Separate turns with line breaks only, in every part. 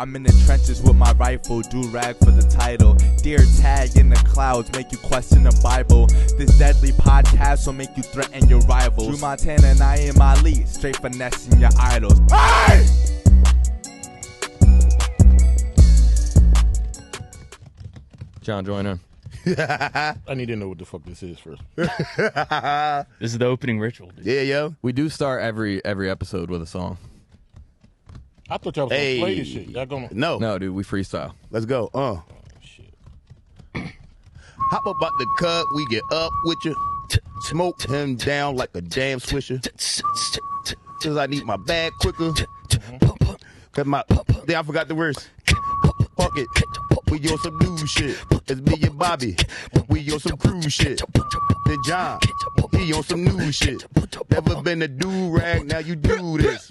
I'm in the trenches with my rifle, do rag for the title. Dear tag in the clouds, make you question the Bible. This deadly podcast will make you threaten your rivals. Drew Montana and I am Ali, straight finessing your idols. Hey!
John Joyner.
I need to know what the fuck this is first.
This is the opening ritual. Dude.
Yeah, yo.
We do start every every episode with a song.
I thought y'all was
Hey.
gonna play this shit. Y'all gonna Oh,
No.
No, dude, we freestyle.
Let's go. Uh.
shit.
Hop up out the cut, we get up with you. Smoke him down like a damn swisher. Cause I need my bag quicker. Cause my Then I forgot the words. Fuck it. We on some new shit. It's me and Bobby. We on some cruise shit. Then John. He on some new shit. Never been a do rag, now you do this.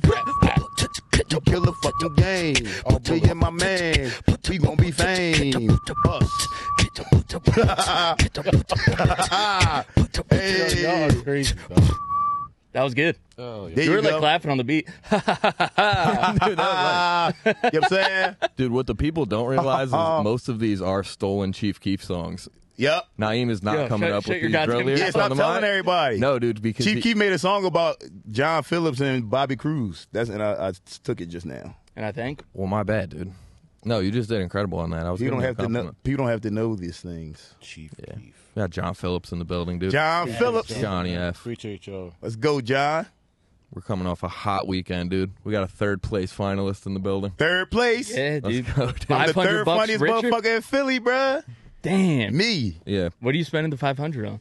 You kill a fucking game. I'll be in my man. We gon' be fame. Us.
Y'all-
Hey.
Y'all are crazy. dog.
That was good.
Oh, yeah.
There
You
you
were like
go.
clapping on the beat.
Dude, that was
Ah, you know what I'm saying?
like- dude, what the people don't realize is most of these are stolen Chief Keef songs.
Yep.
Naeem is not
Yo,
coming
shut-
up
shut
with
your
these
goddamn-
drill lyrics
Yeah,
That's
on
stop
the
telling
mic.
everybody.
No, dude, because
Chief
he-
Keef made a song about John Phillips and Bobby Cruz. That's and I, I took it just now.
And I think
Well, my bad, dude. No, you just did incredible on that. I was.
You don't
giving
have
a
to know.
compliment.
You don't have to know these things.
Chief Keef.
Yeah, John Phillips in the building, dude.
John Phillips.
Johnny F.
Appreciate y'all.
Let's go, John.
We're coming off a hot weekend, dude. We got a third place finalist in the building.
Third place.
yeah,
Let's
dude.
go, dude.
I'm the
500
third
bucks
funniest
richer?
motherfucker in Philly, bruh.
Damn.
Me.
Yeah,
What are you spending the 500 on?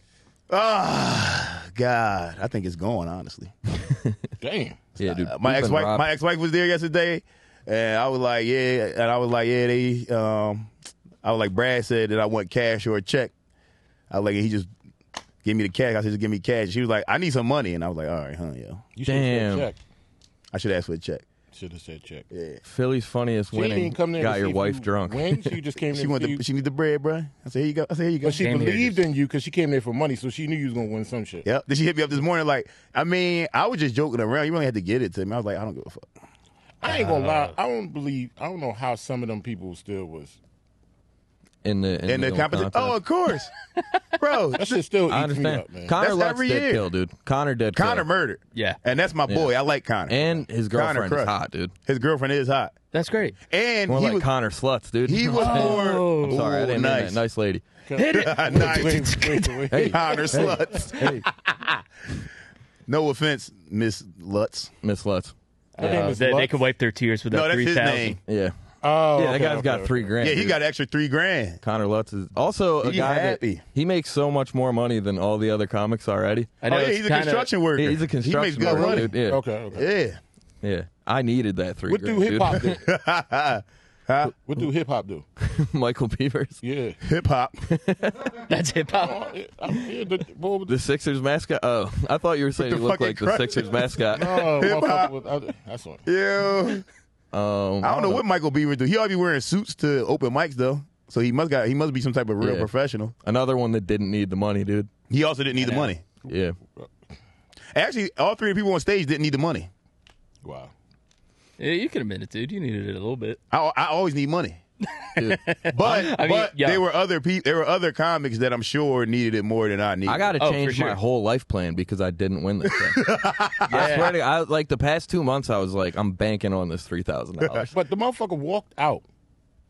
Ah, God. I think it's going. Honestly,
Damn.
yeah, dude.
Uh, my
We've been
ex-wife.
robbed.
My ex-wife was there yesterday, and I was like, yeah, and I was like, yeah, they. Um, I was like, Brad said that I want cash or a check. I was like, he just gave me the cash. I said, just give me cash. She was like, I need some money, and I was like, all right, huh, yo.
You should have
Damn.
said check.
I should ask for a check.
Should have said check.
Yeah.
Philly's funniest
She
winning
didn't come there.
got
to
your
see if
wife
you
drunk.
When she just came
She
there, to
want
see
the,
you.
she need the bread, bruh. I said, here you go. I said, here you go.
but she
Came here
believed
just-
in you because she came there for money, so she knew you was gonna win some shit.
Yep. Then she hit me up this morning, like, I mean, I was just joking around. You really had to get it to me. I was like, I don't give a fuck.
I ain't gonna
Uh,
lie. I don't believe. I don't know how some of them people still was.
in the in,
And
the
the
little
competition.
contest.
Oh, of course. Bro,
That shit still
I
eats me
understand.
up, man.
Connor
That's
Lutz
every
did
year.
kill, dude. Connor did.
Connor
kill.
murdered.
Yeah.
And that's my boy. I like Connor.
and his
Connor
girlfriend is
crushed.
hot, dude.
His girlfriend is hot.
That's great.
And
More
he
like
was,
Connor Sluts, dude.
he was more.
Oh.
I'm sorry, I
Ooh,
didn't mean
nice.
that. Nice lady.
Hit it.
nice.
Wait,
Uh,
wait, wait.
Hey,
Connor Sluts.
hey,
No offense, Miss Lutz.
Miss Lutz.
Her name
Uh,
is
they, they
Lux.
could wipe their tears with
No,
that
that's his
3,000.
name.
Yeah.
Oh,
yeah, that
okay,
guy's
okay,
got
okay.
three grand.
Yeah, he
dude.
got an extra three grand.
Connor Lutz is also a
He
guy that
happy.
he makes so much more money than all the other comics already.
I know
Oh, yeah,
it's
he's a
kinda-
construction worker.
He's a construction
He makes good
worker,
money.
dude. Yeah,
Okay, okay.
Yeah.
yeah. I needed that three
What
grand,
do hip hop do?
Huh?
What do hip hop do?
dude. Michael Beavers,
Yeah.
Hip hop.
That's hip hop.
I- I- yeah, the- what would-
the Sixers mascot. Oh, I thought you were saying
the
he looked
fucking
like the
crutches.
Sixers mascot.
Oh,
Hip hop.
motherfucker with- I- That's one.
Yeah.
Um,
I don't know what Michael Beaver do. He ought to be wearing suits to open mics though. So he must got he must be some type of real
Yeah.
professional.
Another one that didn't need the money, dude.
He also didn't need the
know.
money.
Yeah.
Actually, all three people on stage didn't need the money.
Wow.
Yeah, you could admit it, dude. You needed it a little bit.
I, I always need money.
Dude,
But
I mean,
but
yeah.
there were other people there were other comics that I'm sure needed it more than I needed.
I got to
Oh, for
change my
sure.
whole life plan because I didn't win this thing. I swear to I like the past two months, I was like, I'm banking on this three thousand
Uh,
dollars.
But the motherfucker walked out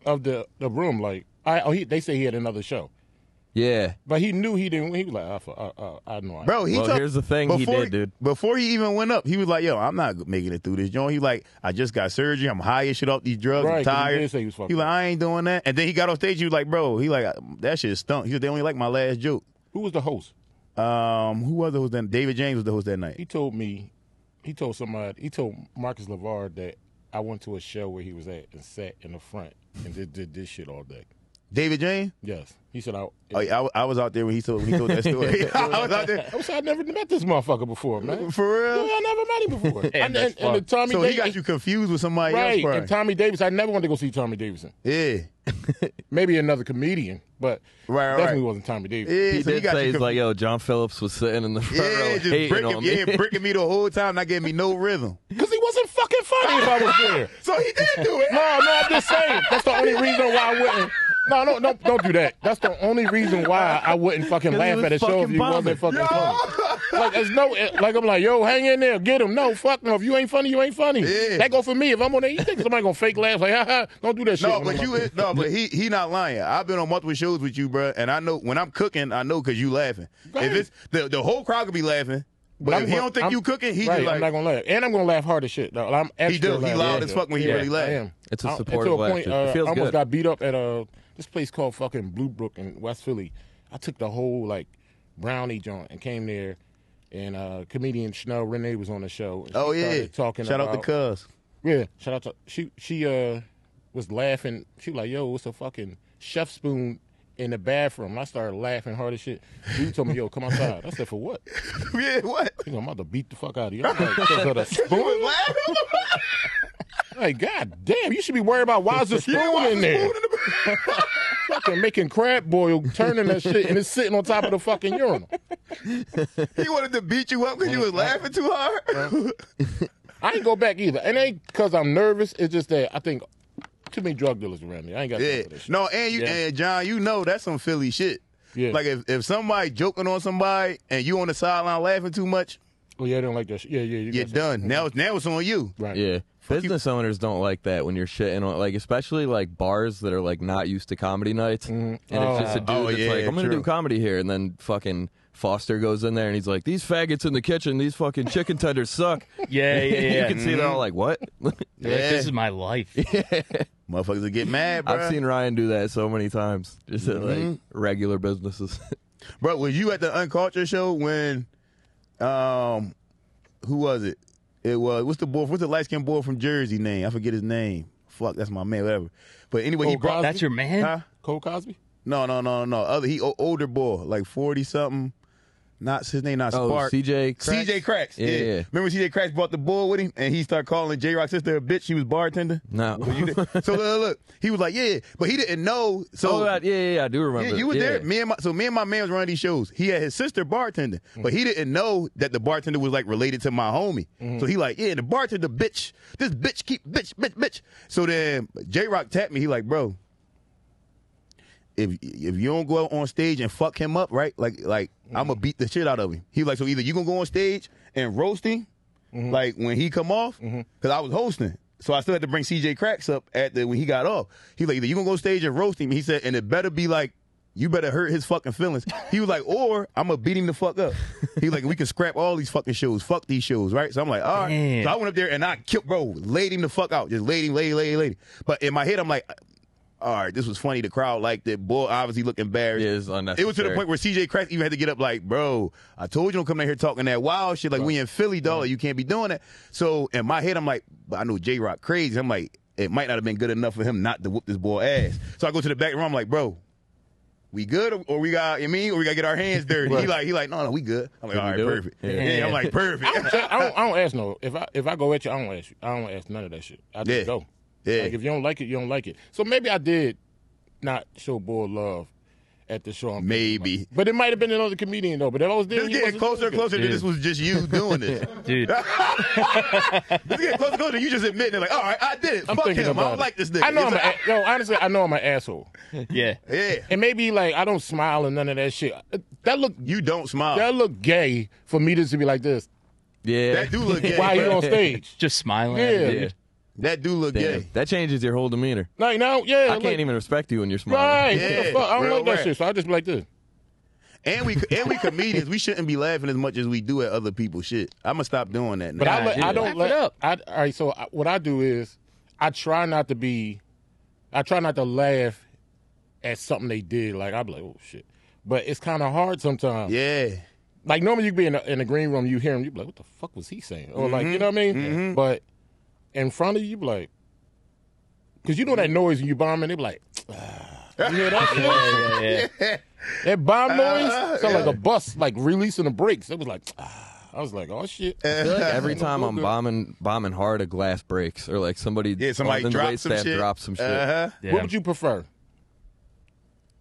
of the, the room like I oh he they say he had another show,
Yeah,
but he knew he didn't. He was like I fu- I, I, I know. I,
Bro, he
Well,
took-
here's the thing he
before,
did, dude.
Before he even went up, he was like, "Yo, I'm not making it through this joint." He like, "I just got surgery. I'm high as shit off these drugs.
Right,
I'm
'cause he
tired."
did say he was fucked
like,
up.
"I ain't doing that." And then he got on stage. He was like, "Bro, he like that shit stunk." He said, "They only like my last joke."
who was the host?
Um, who was the host then? David James was the host that night.
He told me, he told somebody, he told Marcus Lavard that I went to a show where he was at and sat in the front and did, did this shit all day.
David James?
Yes, he said I.
Oh, yeah, I, wa- I was out there when he told he told that story. I was out there
I was I never met this motherfucker before, man.
for
Yeah,
real.
I never met him before. and,
that's
and, and the Tommy
So
Davis,
he got you confused with somebody
right?
else,
And Tommy Davis, I never wanted to go see Tommy Davidson.
probably. Yeah.
Maybe another comedian. but
Right, right,
definitely
right.
wasn't Tommy Davis.
Yeah,
He
so you
did
got
say
you
he's
conf-
like, yo, John Phillips was sitting in the front
yeah,
row
just
hating
bricking,
on
yeah,
me.
bricking me the whole time, not giving me no rhythm.
Because he wasn't fucking funny if I was there.
So he did do it.
No, no, I'm just saying. That's the only reason why I wouldn't. No, no, no, don't do that. That's the only reason why I wouldn't fucking
'Cause he
laugh
was
at a show if
fucking
you wasn't
bombing.
fucking funny. Like, there's no, eh, like, I'm like, yo, hang in there, get him. No, fuck no. If you ain't funny, you ain't funny.
Yeah.
That go for me. If I'm on there, you think somebody gonna fake laugh? Like, ha ha, don't do that shit.
No,
when
but
I'm
you
out
is, no, but he he not lying. I've been on multiple shows with you, bruh, and I know when I'm cooking, I know because you laughing.
Right.
If it's the the whole crowd could be laughing, but
I'm
if he
gonna-
don't think
I'm-
you cooking, he
right,
just
I'm not
like
gonna laugh, and I'm gonna laugh hard as shit. Though. I'm extra
do. He
loud,
loud
yeah.
as fuck when he
Yeah,
really laugh.
I am.
It's a
I-
supportive
to a
laugh.
point,
It
uh,
feels
I almost
good.
got beat up at uh, this place called fucking Blue Brook in West Philly. I took the whole like brownie joint and came there, and uh, comedian Chanel Renee was on the show. and she
oh yeah,
started talking.
Shout out
about,
to Cuz.
yeah, shout out to she. She uh was laughing. She was like, "Yo, it's a fucking chef spoon in the bathroom." And I started laughing hard as shit. Dude told me, "Yo, come outside." I said, "For what?"
yeah, what?
He said, I'm about to beat the fuck out of you. I'm like, "'Cause of the
Who
spoon?
was laughing?
Like, god damn, you should be worried about why is the spoon in there? Fucking making crab boil, turning that shit, and it's sitting on top of the fucking urinal.
He wanted to beat you up because you was laughing too hard.
I ain't go back either. And ain't because I'm nervous. It's just that I think too many drug dealers around me. I ain't got
Yeah.
time for this shit.
No, and you
Yeah.
and John, you know that's some Philly shit.
Yeah.
Like if, if somebody joking on somebody and you on the sideline laughing too much,
Oh, yeah, I don't like that shit. Yeah, yeah, you
you're
got
done. Now it's now it's on you.
some- Right.
Yeah. Business owners don't like that when you're shitting on, like, especially like bars that are like not used to comedy nights. And
Oh.
it's just a dude
Oh,
that's
yeah,
like, I'm going to
true.
do comedy here. And then fucking Foster goes in there and he's like, these faggots in the kitchen, these fucking chicken tenders suck.
Yeah, yeah, yeah.
you can see
mm-hmm.
they're all like, what?
They're like, this is my life.
Motherfuckers will get mad, bro.
I've seen Ryan do that so many times, just at like
Mm-hmm.
regular businesses.
Bro, was you at the Unculture show when, um, who was it? It was what's the boy? What's the light skinned boy from Jersey name? I forget his name. Fuck, that's my man. Whatever. But anyway, he
Oh,
brought.
God.
That's your man?
Huh?
Cole Cosby?
No, no, no, no. Other he o- older boy, like forty something. Not his name, not
Oh,
Spark.
CJ Cracks?
CJ Cracks. Yeah,
Yeah, yeah.
Remember CJ Cracks brought the bull with him, and he started calling J Rock's sister a bitch. She was bartender.
no.
You did- so look, look, he was like, yeah, but he didn't know. So
oh, God. Yeah, yeah, yeah, I do remember.
yeah, you were
yeah.
there. Me and my so me and my man was running these shows. He had his sister bartending, but he didn't know that the bartender was like related to my homie. So he like, yeah, the bartender bitch. This bitch keep bitch bitch bitch. So then J Rock tapped me. He like, bro, if if you don't go out on stage and fuck him up, right? Like like I'm gonna beat the shit out of him. He like, so either you gonna go on stage and roast him,
Mm-hmm.
like when he come off, because I was hosting. So I still had to bring CJ Cracks up at the when he got off. He like either you gonna go on stage and roast him. He said, and it better be like you better hurt his fucking feelings. He was like, or I'm gonna beat him the fuck up. He like we can scrap all these fucking shows. Fuck these shows, right? So I'm like, all right.
Damn.
So I went up there and I killed bro, laid him the fuck out, just laid him, laid, him, laid, him, laid. him. But in my head, I'm like, all right, this was funny. The crowd liked it. Boy, obviously looked embarrassed.
Yeah, it's unnecessary.
It was to the point where CJ Crack even had to get up like, bro, I told you don't come in here talking that wild shit. Like we in Philly, dog. You can't be doing that. So in my head, I'm like, but I know J Rock crazy. I'm like, it might not have been good enough for him not to whoop this boy ass. So I go to the back room. I'm like, bro, we good or, or we got you mean or we gotta get our hands dirty. He like he like, no, no, we good. I'm like, all right,
do it?
perfect. Yeah.
Yeah.
I'm like,
I don't,
perfect.
I don't, I don't ask no. If I if I go at you, I don't ask you. I don't ask none of that shit. I just
Yeah.
go.
Yeah.
Like if you don't like it, you don't like it. So maybe I did not show boy love at the show. I'm-
Maybe.
But it might have been another comedian though. But if I was there,
It's
he
getting
wasn't
closer and
doing
closer. that This was just you doing this.
Dude,
It's getting closer and closer. You just admitting it, like, all right, I did it.
I'm
Fuck
thinking
him. I
about
don't
it.
like this
good.
nigga.
I know
It's
I'm
like,
a, yo. Honestly, I know I'm an asshole.
yeah.
yeah.
And maybe like I don't smile and none of that shit. That look
You don't smile.
that look gay for me just to be like this.
Yeah.
that do look gay.
Why you
bro.
on stage?
Just smiling. at
Yeah.
him,
yeah.
dude.
That do look
Damn.
gay.
That changes your whole demeanor.
Like now, yeah.
I can't even respect you when you're smiling.
Right.
Yeah,
what the fuck? I don't
real
like that
rap.
shit. So I just be like this.
And we and we comedians, we shouldn't be laughing as much as we do at other people's shit. I'm gonna stop doing that. Now.
But I, let,
yeah.
I
Laugh
don't
it
let.
up.
I, all right, so I, what I do is, I try not to be, I try not to laugh at something they did. Like I'm like, oh shit. But it's kind of hard sometimes.
yeah,
Like normally you be in a, in a green room, you hear him, you be like, what the fuck was he saying? Or like, you know what I mean? But in front of you, you be like, because you know that noise when you bombing, they be like, ah. you hear that shit?
Yeah, yeah.
That bomb noise
Uh,
sound like a bus like releasing the brakes. It was like, ah. I was like, oh shit.
I feel like every
Ain't no
time I'm
good.
bombing bombing hard, a glass breaks or like somebody
yeah. Somebody
on the
drops some Uh-huh.
waitstaff
shit.
drops some shit.
Uh huh.
yeah.
What would you prefer?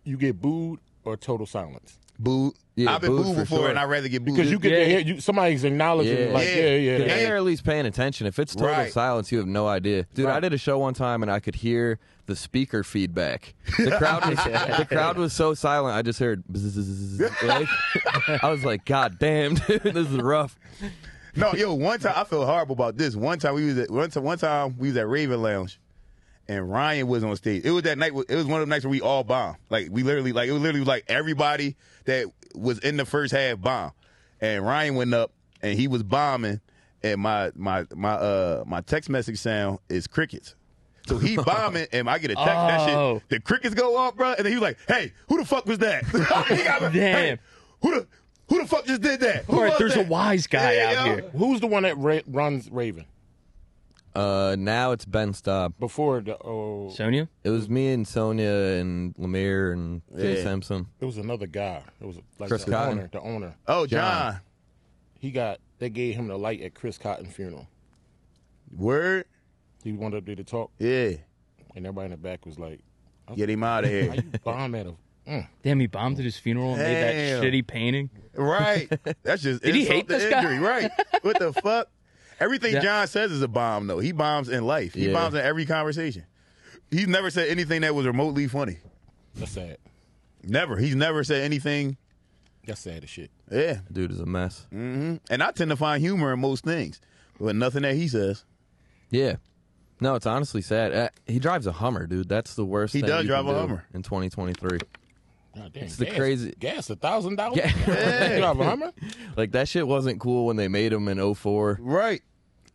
you get booed or total silence.
Boo.
Yeah,
I've been
booed
booed
for
before,
sure.
and I'd rather get booed.
Because you get
Yeah.
to hear you, somebody's acknowledging,
Yeah.
like,
Yeah.
yeah, yeah.
Yeah.
yeah.
And
Hey.
they're at least paying attention. If it's total
Right.
silence, you have no idea. Dude, I did a show one time and I could hear the speaker feedback. The crowd was the crowd was so silent. I just heard. bzzz, like, I was like, God damn, dude, this is rough.
No, yo, one time I feel horrible about this. One time we was at one time, one time we was at Raven Lounge, and Ryan was on stage. It was that night. It was one of the nights where we all bombed. Like we literally, like it was literally like everybody that was in the first half bombed, and Ryan went up and he was bombing, and my my my uh my text message sound is crickets. So he bombing, and I get a text that
Oh.
shit. The crickets go off, bro, and then he was like, "Hey, who the fuck was that? He got me,
Damn.
who the who the fuck just did that? Who
All right,
was
there's a
that?"
wise guy
Yeah,
out
yo.
here.
Who's the one that ra- runs Raven
Uh, now it's Ben Staub.
before the? Oh,
Sonia?
It was me and Sonia and Lemire and Jay
Yeah.
Simpson.
it was another guy. It was like
Chris
the
Cotton.
owner. The owner.
Oh,
John.
John.
He got. They gave him the light at Chris Cotton funeral.
Word?
He wanted up there to talk,
Yeah.
and everybody in the back was like,
Get him out of
"How
here.
you bomb at mm, him?"
Damn, he bombed at his funeral and
Damn.
made that shitty painting.
right. That's just
Did he
insult
hate
to
this guy?
injury. Right. What the fuck? Everything
Yeah.
John says is a bomb, though. He bombs in life. He
Yeah.
bombs in every conversation. He's never said anything that was remotely funny.
That's sad.
Never. He's never said anything.
That's sad as shit.
Yeah.
Dude is a mess.
And I tend to find humor in most things, but nothing that he says.
Yeah. No, it's honestly sad. Uh, he drives a Hummer, dude. That's the worst.
He
thing
does
you
drive
can
a
do
Hummer.
in 2023.
God damn,
the
gas,
crazy-
gas a thousand dollars.
Yeah.
You drive a Hummer?
Like that shit wasn't cool when they made him in 04.
Right.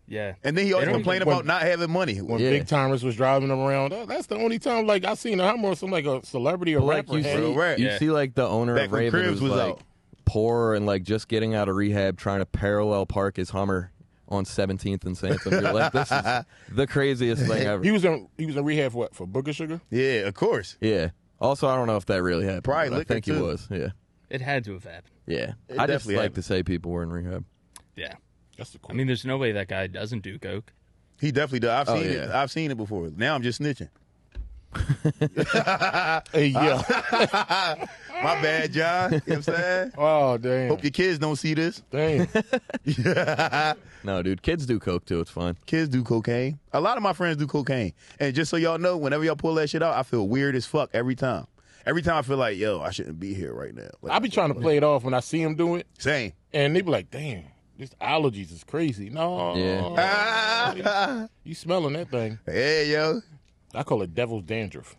Yeah.
And then he always
don't-
complained
when-
about not having money.
When
Yeah.
big timers was driving them around, that- that's the only time like I seen a Hummer or some like a celebrity or
like
rapper.
you
had
see,
it.
Right.
you
Yeah.
see like the owner
Back
of
when
Raven
Cribs
was,
was
like
out.
poor and like just getting out of rehab, trying to parallel park his Hummer on 17th and Sansom. You're like, this is the craziest thing ever.
He was in he was in rehab for what for Booger Sugar?
Yeah, of course.
yeah. Also, I don't know if that really happened.
Probably
but I
liquor,
think he
too.
was. Yeah.
It had to have happened.
Yeah.
It
I just
definitely
like
happened.
to say people were in rehab.
Yeah.
That's the cool.
I mean, there's no way that guy doesn't do coke.
He definitely does. I've
Oh,
seen it.
yeah.
I've seen it before. Now I'm just snitching.
Hey, yeah.
My bad, John. You know what I'm saying?
oh damn.
Hope your kids don't see this.
Damn.
No, dude. Kids do coke too. It's fun.
Kids do cocaine. A lot of my friends do cocaine. And just so y'all know, whenever y'all pull that shit out, I feel weird as fuck every time. Every time I feel like, yo, I shouldn't be here right now. Like,
I be trying to play it off when I see him do it,
same.
and they be like, "Damn, this allergies is crazy." No,
Yeah.
Ah,
you smelling that thing?
yeah, yo.
I call it devil's dandruff.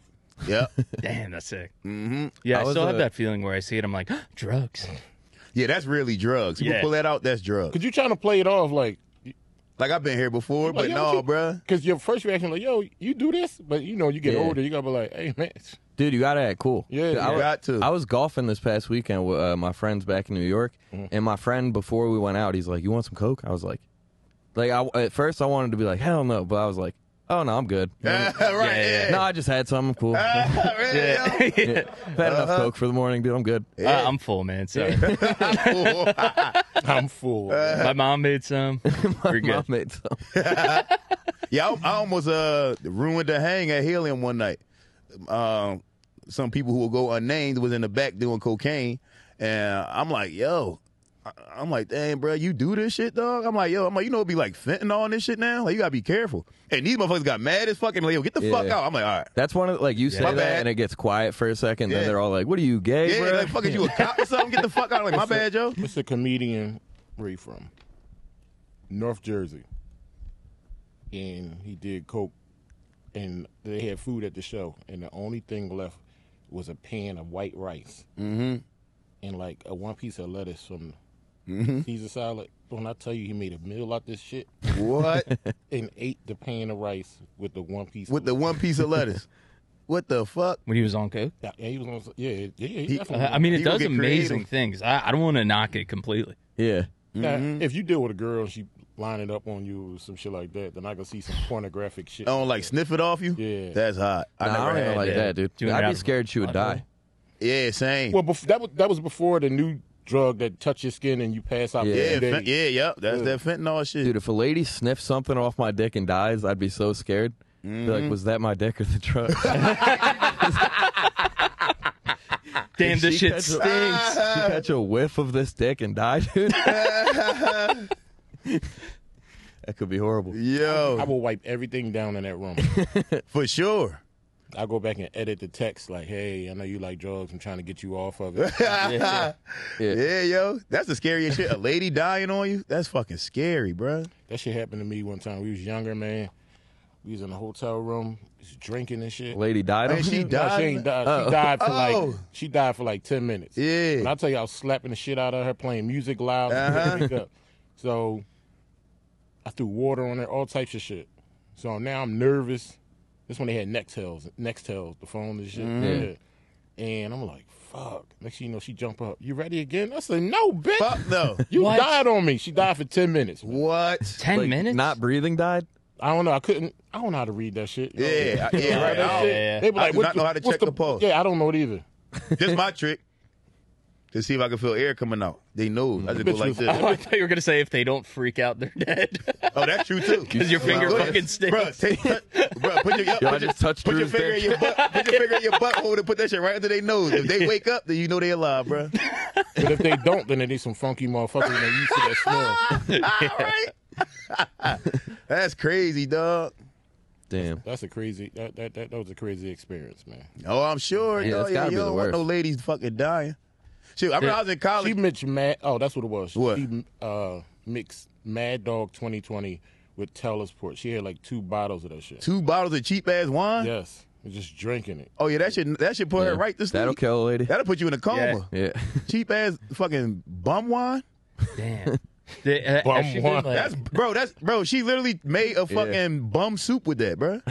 Yep.
Damn, that's sick. Mm-hmm. Yeah, I,
I was,
still have
uh,
that feeling where I see it, I'm like, drugs.
Yeah, that's really drugs. People
Yeah.
pull that out, that's drugs.
Cause you trying to play it off like,
Like I've been here before, but
yo,
no,
what you-
bruh.
cause your first reaction like, "Yo, you do this," but you know you get
Yeah.
older, you gotta be like, "Hey man,
Dude, you gotta act cool.
Yeah,
Dude,
you
I was-
got to.
I was golfing this past weekend with uh, my friends back in New York,
Mm-hmm.
and my friend before we went out, he's like, "You want some coke?" I was like, "Like I, at first I wanted to be like, hell no," but I was like, "Oh no, I'm good.
right, yeah.
Yeah, yeah,
No, I just had some. I'm cool. I've
Ah, really, yo?
Yeah.
had
Uh-huh.
enough coke for the morning, dude. I'm good."
Uh, I'm full, man. Sorry.
I'm full."
My mom made some. We're
Uh, Mom
good.
made some.
Yeah, I, I almost uh ruined the hang at Helium one night. Um, some people who will go unnamed was in the back doing cocaine, and I'm like, yo, I- I'm like, dang, bro, you do this shit, dog. I'm like, yo, I'm like, you know, it'd be like fentanyl and this shit now. Like, you gotta be careful. And these motherfuckers got mad as fucking. Like, yo, get the
Yeah.
fuck out. I'm like, all right.
That's one of the- like you say
My
that,
bad.
and it gets quiet for a second.
Yeah.
Then they're all like, "What are you gay,
Yeah,
bro?"
like, fucking you a cop or something? Get the fuck out. I'm like, my bad, yo.
It's a comedian. Where he from? North Jersey. And he did coke, and they had food at the show, and the only thing left was a pan of white rice mm-hmm. and like a one piece of lettuce from Caesar salad. When I tell you, he made a meal out this shit
What?
and ate the pan of rice with the one piece.
With the one piece of lettuce. What the fuck?
When he was on coke?
yeah, he was on. Yeah, yeah, he
He-
definitely.
Uh,
Mm-hmm.
I mean, it
He gonna
does
get
amazing
creative.
things. I, I don't want to knock it completely.
yeah.
Now, if you deal with a girl and she lining up on you or some shit like that, then I can see some pornographic shit.
Oh, like sniff it off you?
Yeah.
That's hot. I
Nah, I,
never
don't
had
know like
that.
that, dude.
Doing it
I'd
out
be
of-
scared she would die.
Yeah, same.
Well, bef- that was that was before the new drug that touched your skin and you pass out.
Yeah,
Yeah,
yeah, fent- yeah, yep. That's that fentanyl shit.
Dude, if a lady sniffs something off my dick and dies, I'd be so
Mm-hmm.
scared. Be like, was that my dick or the drug?
Damn,
Did
this
she
shit
catch a- Ah!
stinks.
Did
Uh,
you catch a whiff of this dick and die, dude? that could be horrible.
I
Yo,
will wipe everything down in that room.
for sure.
I go back and edit the text like, "Hey, I know you like drugs. I'm trying to get you off of it."
yeah.
Yeah.
yo, that's the scariest shit. A lady dying on you? That's fucking scary, bruh.
that shit happened to me one time. We was younger, man. We was in a hotel room, was drinking and shit.
Lady died.
And
on
she
you?
No, she ain't
died.
died. She died for like
Oh.
she died for like ten minutes. And
Yeah.
I tell you, I was slapping the shit out of her, playing music loud. and
Uh-huh.
drink up. So I threw water on her, all types of shit. So now I'm nervous. This when they had Nextels, Nextels, the phone and shit.
Mm-hmm.
Mhm.
Yeah. And I'm like, fuck. Next thing you know, she jump up. You ready again? I said, no, bitch.
Fuck no.
You
What?
died on me. She died for ten minutes.
What?
Ten
Like,
minutes?
Not breathing died.
I don't know. I couldn't. I don't know how to read that shit. You know?
Yeah, I-
You know
yeah, right.
that
I
Yeah,
shit?
yeah, yeah.
They be
I
like,
do
what
not know how to
what's
check the pulse.
Yeah, I don't know it either.
This my trick. To see if I can feel air coming out. They know. I just go
Bitch
like
was-
this.
Oh, I thought you were gonna say if they don't freak out, they're dead.
Oh, that's true too.
'Cause your finger
Bro,
fucking stinks.
Bro, take, bro, put your,
Yo, I
put your,
just touched
put your
Drew's
finger in
dick.
your butt. Put your finger in your butthole and put that shit right under their nose. If they wake up, then you know they alive, bro.
But if they don't, then they need some funky motherfuckers that used to that smell.
All right. That's crazy, dog.
Damn.
That's a crazy. That that that, that was a crazy experience, man.
Oh, I'm sure.
Yeah,
yo,
that's
yo,
gotta be
you
the
don't want no
worst.
ladies fucking dying. Shoot, I remember I was in college.
She mixed mad. Oh, that's what it was.
What?
She uh, mixed Mad Dog 2020 with Tellersport. She had like two bottles of that shit.
two bottles of cheap ass wine.
Yes, and just drinking it.
Oh yeah, that should that should put her
Yeah.
right this
That'll
week.
kill a lady.
That'll put you in a coma.
Yeah.
Cheap ass fucking bum wine.
Damn. They- uh,
Bum
has she been,
one.
like-
That's bro. That's bro. She literally made a fucking bum soup with that, bro.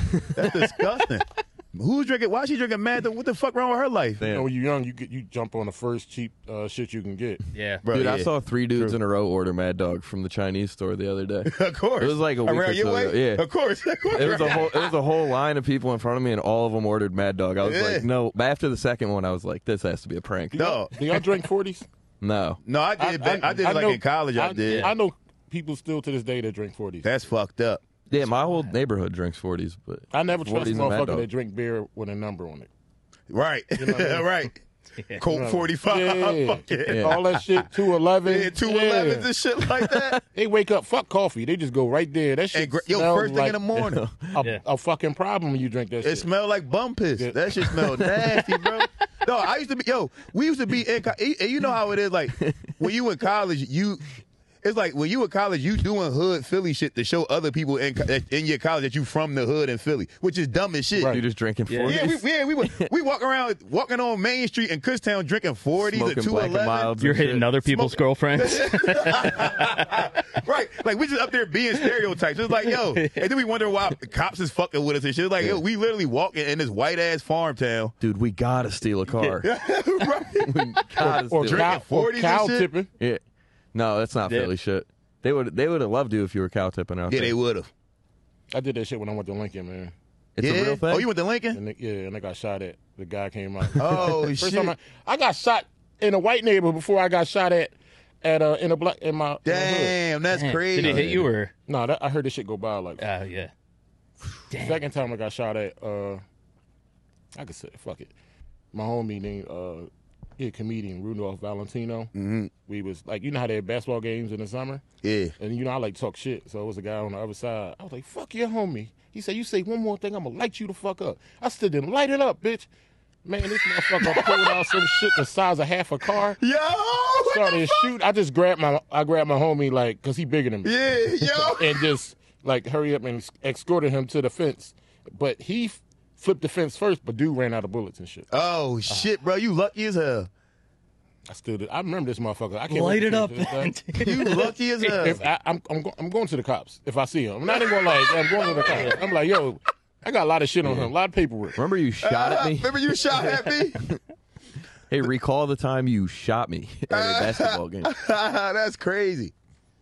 That's disgusting. Who's drinking? Why is she drinking mad? What the fuck wrong with her life,
You know,
Damn.
when you're young, you get you jump on the first cheap uh, shit you can get.
yeah.
bro?
Dude, I
yeah.
saw three dudes in a row order Mad Dog from the Chinese store the other day.
Of course,
It was like a week
around
or
your
so
way.
ago, yeah.
of course. Of course.
It was a whole it was a whole line of people in front of me, and all of them ordered Mad Dog. I was
Yeah.
like, no. But after the second one, I was like, this has to be a prank.
No,
Do y'all drink 40s?
No.
no, I did. Oh. I, I did like
know-
in college. I, did.
I know people still to this day that drink 40s.
That's fucked up.
Yeah, my whole neighborhood drinks 40s, but
I never trust a
40s and Mad
motherfucker
Dog.
that drink beer with a number on it.
Right. right. Colt forty five.
Yeah.
Fuck it.
Yeah.
All that shit, 211.
Yeah, two elevens and shit like that.
They wake up, fuck coffee. They just go right there. That shit.
and gr- yo,
smells
first thing
like
in the morning,
a,
Yeah.
a fucking problem when you drink that
it
shit.
smelled like bum piss. That shit smelled nasty, bro. No, I used to be yo. We used to be in, co- and you know how it is. Like when you in college, you. It's like when you in college, you doing hood Philly shit to show other people in co- in your college that you from the hood in Philly, which is dumb as shit.
you just drinking 40s.
Yeah, we, yeah, we were- we walk around walking on Main Street in Kutztown drinking forties or
Smoking
two
black and
eleven.
milds.
You're hitting
Shit.
other people's girlfriends.
Right, like we just up there being stereotypes. It's like yo, and then we wonder why cops is fucking with us and shit. It's like yo, we literally walking in this white ass farm town.
Dude, we gotta steal a car. we gotta
or
steal
cow,
Drinking 40s
or
and
cow
shit?
tipping.
a- yeah. No, that's not
Yeah.
Philly shit. They would they would have loved you if you were cow tipping out
Yeah,
there.
they would have.
I did that shit when I went to Lincoln, man.
It's
yeah.
a real thing.
Oh, you went to Lincoln?
And they, yeah, and I got shot at. The guy came out.
Oh
First
shit!
time I, I got shot in a white neighborhood before I got shot at at uh, in a black in my, in my hood.
Damn, that's
Damn.
crazy.
Did it hit you or?
No, that, I heard this shit go by like
Oh, yeah.
second time I got shot at. Uh, I could say fuck it. My homie named uh, he a comedian Rudolph Valentino. Mm-hmm. We was like you know how they had basketball games in the summer.
Yeah.
And you know, I like to talk shit. So it was a guy on the other side. I was like, fuck your homie. He said, you say one more thing, I'm going to light you the fuck up. I stood there and light it up, bitch. Man, this motherfucker pulled out some shit the size of half a car.
Yo, what the-
Started to shoot. I just grabbed my, I grabbed my homie, like, because he bigger than me.
yeah, yo.
And just, like, hurry up and escorted him to the fence. But he f- flipped the fence first, but dude ran out of bullets and shit.
Oh shit, bro, you lucky as hell.
I stood there. I remember this motherfucker. I can't
Light
wait to
it
tell
up.
you this, man.
You lucky as hell.
if I, I'm I'm, go, I'm going to the cops if I see him. I'm not even gonna like I'm going to the cops. I'm like, yo, I got a lot of shit on him, a lot of paperwork.
Remember you shot at
Ah,
me?
Remember you shot at me?
Hey, recall the time you shot me at a basketball game.
that's crazy.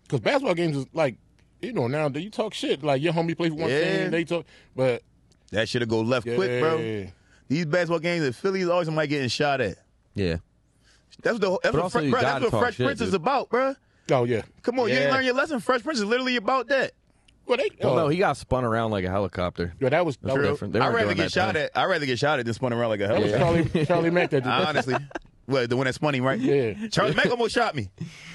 Because basketball games is like, you know, now do you talk shit like your homie play for one
Yeah.
team, they talk, but
That should have go left quick, bro.
yeah.
These basketball games in Philly is always somebody getting shot at.
Yeah.
That's the that's
But
what,
also
Fre-
you
bruh,
gotta
that's what
talk
Fresh
shit,
Prince is
dude.
about, bro.
Oh yeah.
Come on, you
Yeah.
didn't learn your lesson. Fresh Prince is literally about that.
Well, they.
Well,
Oh.
uh,
no, he got spun around like a helicopter.
yeah, that was that
True.
was,
different. They
I'd
weren't
rather
doing
get
that
shot
then.
at. I'd rather get shot at than spun around like a
that was
helicopter.
Charlie Charlie Mack that did that.
Honestly, Well, the one that's funny, right?
Yeah.
Charlie Mack almost shot me,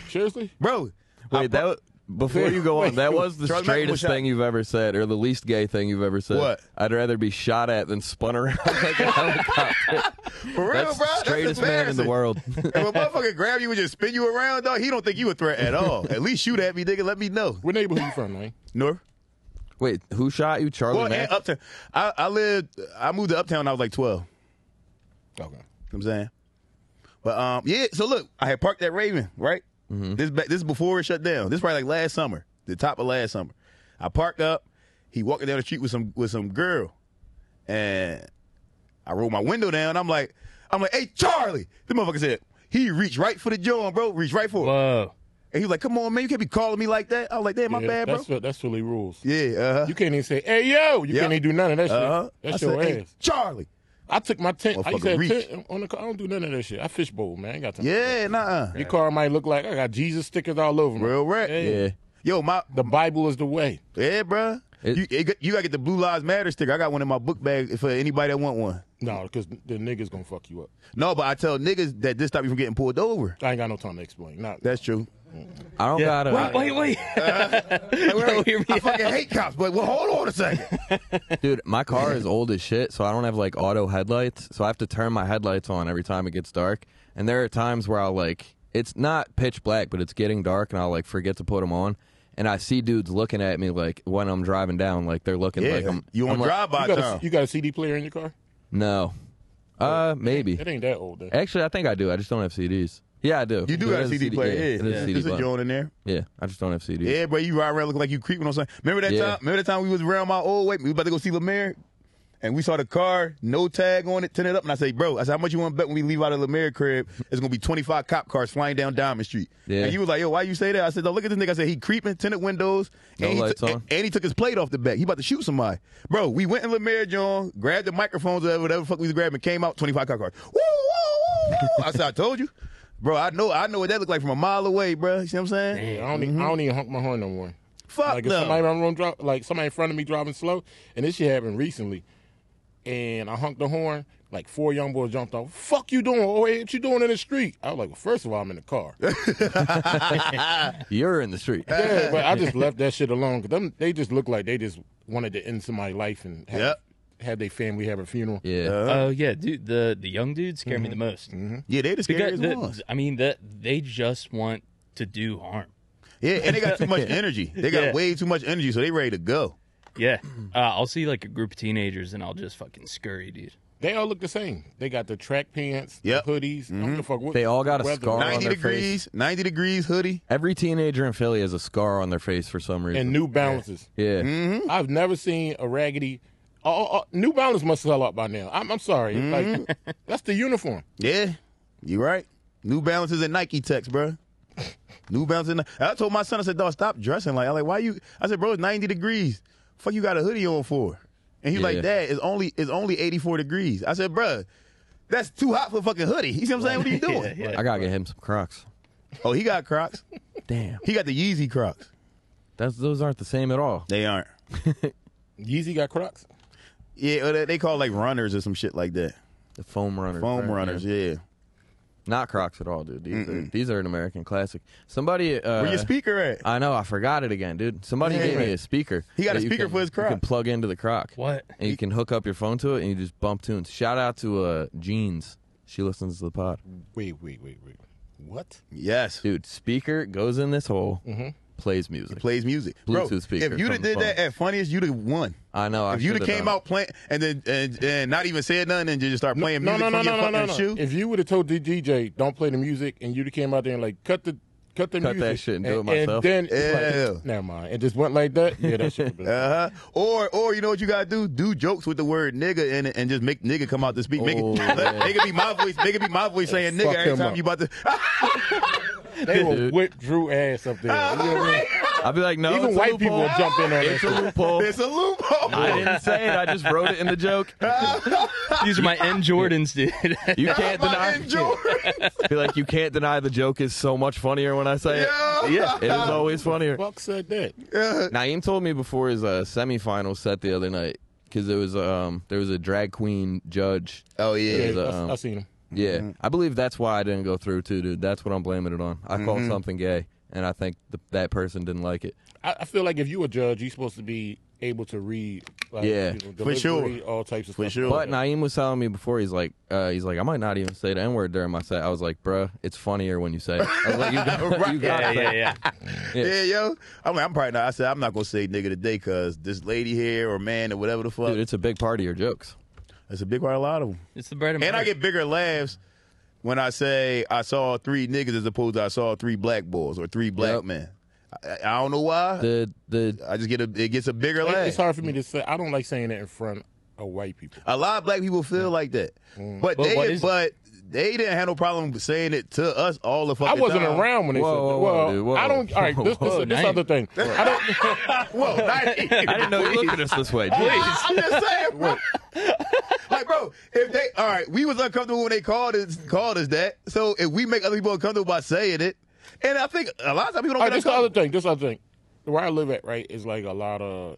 Seriously?
bro. I-
Wait, that was, before you go on, that was the
Charlie Mack was
straightest
shot-
thing you've ever said, or the least gay thing you've ever said.
What?
I'd rather be shot at than spun around like a helicopter.
for real,
That's
bro.
the straightest man in the
embarrassing.
world.
If a motherfucker grab you and just spin you around, dog, he don't think you a threat at all. At least shoot at me, nigga. Let me know.
What neighborhood you from, man?
North.
Wait, who shot you, Charlie
Well,
Mack?
and uh, uptown. I, I lived. I moved to uptown. When I was like twelve. You know
Okay.
what I'm saying. But um, yeah. So look, I had parked that Raven right.
Mm-hmm.
This back. This is before it shut down. This probably like last summer, the top of last summer. I parked up. He walking down the street with some with some girl, and I rolled my window down. I'm like, I'm like, hey Charlie. The motherfucker said he reached right for the joint, bro. Reached right for it.
Whoa.
And he was like, come on, man, you can't be calling me like that. I was like, damn, my
Yeah,
bad, bro.
that's Phil- that's Philly rules.
Yeah, uh huh.
You can't even say, "Hey yo," you
Yep.
can't even do none of that shit.
Uh-huh. I
That's
said,
your ass.
hey, Charlie.
I took my tent. I used to have
Motherfucker
tent on the car. I don't do none of that shit. I fishbowl, man. I ain't got time.
Yeah, nah.
Your car might look like I got Jesus stickers all over me.
Real rap.
yeah.
Yo, my
The Bible is the way.
yeah, bro.
It-
you, it, you gotta get the Blue Lives Matter sticker. I got one in my book bag for anybody that want one.
No, because the niggas gonna fuck you up.
No, but I tell niggas that this stop you from getting pulled over.
I ain't got no time to explain. Not
That's true.
I don't got it.
Wait, wait, wait.
I
hear me
fucking hate cops, but well, hold on a second.
Dude, my car is old as shit, so I don't have like auto headlights. So I have to turn my headlights on every time it gets dark. And there are times where I'll like, it's not pitch black, but it's getting dark, and I'll like forget to put them on. And I see dudes looking at me like when I'm driving down, like they're looking
yeah,
like I'm.
you
I'm
on
like,
drive by
you got, a,
time?
you got a CD player in your car?
No. Uh, maybe.
It ain't that old. Then.
Actually, I think I do. I just don't have CDs. Yeah, I do.
You do
There
got a
is
CD player.
Yeah,
Yeah,
it is a CD
There's a
player.
joint in there.
Yeah, I just don't have CDs.
Yeah, bro, you ride around looking like you creeping on something. Remember that
Yeah.
time? Remember that time we was around my old way? We was about to go see Lemaire, and we saw the car, no tag on it, tin it up, and I say, bro, I said, how much you want to bet when we leave out of Lemaire crib? It's gonna be twenty five cop cars flying down Diamond Street.
Yeah.
And you was like, yo, why you say that? I said, no, look at this nigga. I said, he creeping, tinted windows,
No
and, he
lights
took-
on.
and, and he took his plate off the back. He about to shoot somebody, bro. We went in Lemaire, John, grabbed the microphones or whatever the fuck we was grabbing, came out twenty five cop cars. Woo, woo, woo, woo! I said, I told you. Bro, I know, I know what that looked like from a mile away, bro. You see what I'm saying?
Yeah, I don't,
Mm-hmm.
even, I don't even honk my horn no more.
Fuck
Like if
Uh, no.
somebody I'm wrong, dri- like somebody in front of me driving slow, and this shit happened recently, and I honked the horn. Like four young boys jumped on. Fuck you doing? Oh, hey, what you doing in the street? I was like, well, first of all, I'm in the car. yeah,
You're in the street.
but I just left that shit alone because them they just look like they just wanted to end somebody's life and have,
Yep.
have their family have a funeral.
Yeah.
Uh,
Oh yeah, dude. The the young dudes scare me the most.
Yeah, they the
Because
scariest
the-
ones.
I mean, that they just want to do harm.
Yeah, and they got too much energy. They got
Yeah.
way too much energy, so they ready to go.
Yeah, uh, I'll see like a group of teenagers and I'll just fucking scurry, dude.
They all look the same. They got the track pants, the
Yep. Mm-hmm.
hoodies. I don't give a fuck what
They all got a
weather.
scar on
Ninety
their
degrees, ninety degrees hoodie.
Every teenager in Philly has a scar on their face for some reason.
and New Balances.
yeah.
Mm-hmm.
I've never seen a raggedy. Oh, oh, oh, New Balance must sell out by now. I'm, I'm sorry. Like that's the uniform.
Yeah, you right. New Balances and Nike Techs, bro. New Balances. And, I told my son, I said, "Dog, stop dressing like." I like, why you? I said, "Bro, it's ninety degrees. Fuck, you got a hoodie on for?" And he's
Yeah.
like, "Dad, it's only it's only eighty four degrees." I said, "Bro, that's too hot for a fucking hoodie." You see what I'm saying? What are you doing?
Yeah,
I gotta get him some Crocs.
Oh, he got Crocs.
Damn,
He got the Yeezy Crocs.
that's those aren't the same at all.
They aren't.
Yeezy got Crocs.
Yeah, or they- they call like runners or some shit like that.
The foam runners,
Foam
right?
runners.
Yeah.
Yeah.
not Crocs at all, dude. These, are, these are an American classic. Somebody, uh,
Where your speaker at?
I know, I forgot it again, dude. Somebody
Hey.
gave me a speaker.
He got a
that you
speaker
can-
for his
You can
Croc.
plug into the Croc.
What?
And you can hook up your phone to it, and you just bump tunes. Shout out to uh, Jeans. She listens to the pod,
Wait, wait, wait, wait. What?
Yes.
dude. Speaker goes in this hole, plays music.
Plays music. Bro,
Bluetooth speaker
If you'd
from
have
the
did that
phone.
at funniest, you'd have won.
I know. I
if you'd
should've
have came
done it.
out playing and then and, and not even said nothing and just start playing music from your fucking shoe.
If you would have told the DJ don't play the music, and you'd have came out there and like cut the cut the
Cut that
music,
shit and do it myself.
And then it's
Yeah.
like, never mind. It just went like that. Yeah, that shit. would've been-
uh-huh. Or or you know what you gotta do? Do jokes with the word nigga in it and just make nigga come out to speak. Make, it,
Oh,
let,
yeah.
make it be my voice, make it be my voice saying
Fuck
nigga every
him
time
up.
you about to
They will
Dude.
whip Drew ass up there. You know what I mean?
I'd be like, no.
Even
it's a
white people will
loophole.
jump in on that.
It's a
shit.
loophole.
It's a loophole.
I didn't say it. I just wrote it in the joke.
These are my M Jordans, dude.
You can't deny.
Enjoy.
Be like, you can't deny the joke is so much funnier when I say
Yeah.
it. Yeah, it is always funnier.
Fuck said that.
Naeem told me before his uh, semifinal set the other night because there was um there was a drag queen judge.
Oh yeah.
It was,
Yeah, I,
um,
I seen him.
Yeah,
Mm-hmm.
I believe that's why I didn't go through too, dude. That's what I'm blaming it on. I
Mm-hmm.
called something gay, and I think th- that person didn't like it.
I, I feel like if you a judge, you're supposed to be able to read. Like,
Yeah.
you know,
For sure.
delivery, All types of
For
stuff.
sure.
Oh,
But Naeem was telling me before he's like, uh, he's like, I might not even say the N word during my set. I was like, bruh, it's funnier when you say it. I was like, you got, you got
Yeah,
it.
yeah, yeah.
yeah. yo. I mean, I'm probably not. I said I'm not gonna say nigga today because this lady here or man or whatever the fuck.
Dude, it's a big part of your jokes.
that's a big part of a lot of them.
It's the bread and,
And I
butter.
get bigger laughs when I say I saw three niggas as opposed to I saw three black boys or three black
Yep.
men. I, I- I don't know why.
The the
I just get a it gets a bigger
It-
laugh.
It's hard for me to say. I don't like saying that in front of white people.
A lot of black people feel like that,
Mm.
but,
But what
they
is-
but they didn't have no problem saying it to us all the
I
fucking
wasn't
time.
around when they
Whoa,
said
whoa,
that.
whoa,
Well,
dude, whoa.
I don't. All right, this,
Whoa,
this, this
dang.
other thing. I don't.
Whoa, not I
I didn't know you looked at us this way.
I, am just saying, bro. like, bro, if they all right, we was uncomfortable when they called us called us that. So if we make other people uncomfortable by saying it, and I think a lot of times people don't
All right, this
get
the other
uncomfortable.
thing. This other thing. Where I live at, right, is like a lot of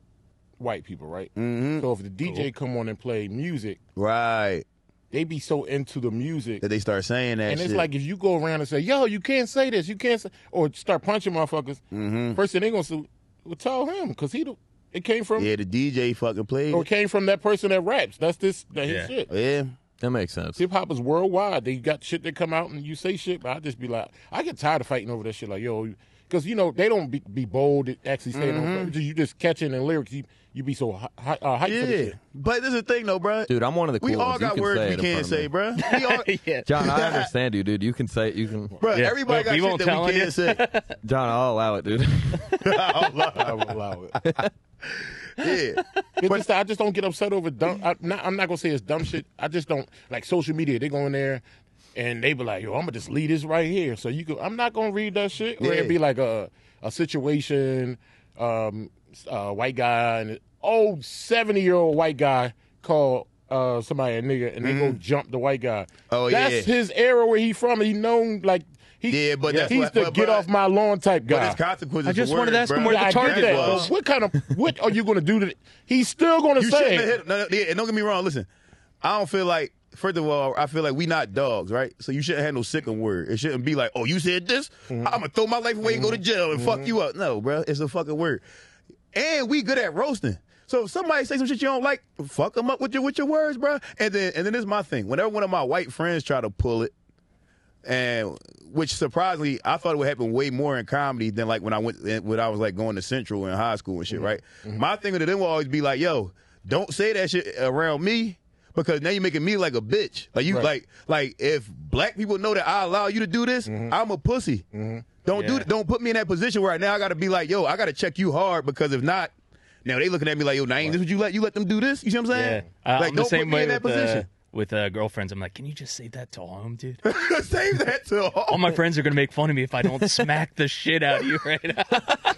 white people, right? Mm-hmm. So if the DJ come on and play music,
Right,
they be so into the music
that they start saying that.
And it's
shit.
like if you go around and say, "Yo, you can't say this, you can't," say, or start punching motherfuckers,
Mm-hmm.
first thing they gonna say, well, tell him because he the, it came from
yeah, the DJ fucking played.
or
it.
came from that person that raps. That's this that his
Yeah.
shit.
Yeah,
That makes sense.
Hip hop is worldwide. They got shit that come out and you say shit, but I just be like, I get tired of fighting over that shit. Like, yo, because you know they don't be, be bold and actually say it on
Mm-hmm.
purpose. You just catching the lyrics. You, you be so hi, hi, uh, hyped for this
yeah.
shit.
But this is the thing though, bro.
Dude, I'm one of the cool
we all
ones. You
got
can
words
say
we
it in front
can't
of
say,
me.
bro. We all,
yeah.
John, I understand you, dude. You can say it. You can.
bro,
Yeah.
everybody
Look, we
got
won't
shit that
tell
we can't say.
John, I'll allow it, dude.
I will allow it.
Yeah.
It's just that I just don't get upset over dumb. I, not, I'm not gonna say it's dumb shit. I just don't like social media. They go in there and they be like, "Yo, I'm gonna just leave this right here." So you go. I'm not gonna read that shit. Or
Yeah.
it'd be like a a situation, um, uh, white guy and old seventy year old white guy called. Uh, somebody a nigga, and they go jump the white guy.
Mm-hmm. Oh,
that's
yeah.
his era where he from. He known like he,
Yeah, but that's
he's
what-
the
but-
get
but-
off my lawn type
But
guy.
it's consequences.
I just
for
wanted to
words,
ask him
bro.
where
Yeah, I
the
get
target
that.
was.
But what kind of what are you gonna do to? He's still gonna
You
say
shouldn't have hit him. No, no, yeah, and don't get me wrong. Listen, I don't feel like. First of all, I feel like we not dogs, right? So you shouldn't have no sickum word. It shouldn't be like, "Oh, you said this. I'm gonna throw my life away and go to jail and fuck you up." No, bro, it's a fucking word. And we good at roasting. So if somebody say some shit you don't like, fuck them up with your with your words, bro. And then and then this is my thing. Whenever one of my white friends try to pull it, and which surprisingly, I thought it would happen way more in comedy than like when I went eh, when I was like going to Central in high school and shit.
Mm-hmm.
Right. My thing with it then will always be like, "Yo, don't say that shit around me." Because now you're making me like a bitch. Like you,
Right.
like, like if black people know that I allow you to do this, I'm a pussy. Don't do
Mm-hmm. Yeah.
th- Don't put me in that position where now I got to be like, yo, I got to check you hard because if not, now they looking at me like, yo, Naeem, this what you let you let them do this. You see what I'm
Yeah.
saying?
I-
Like, don't
I'm the same
put me
way
in that
with, uh,
position.
with uh, girlfriends. I'm like, can you just say that to all of them, dude?
Save that to
All my friends are gonna make fun of me if I don't smack the shit out of you right now.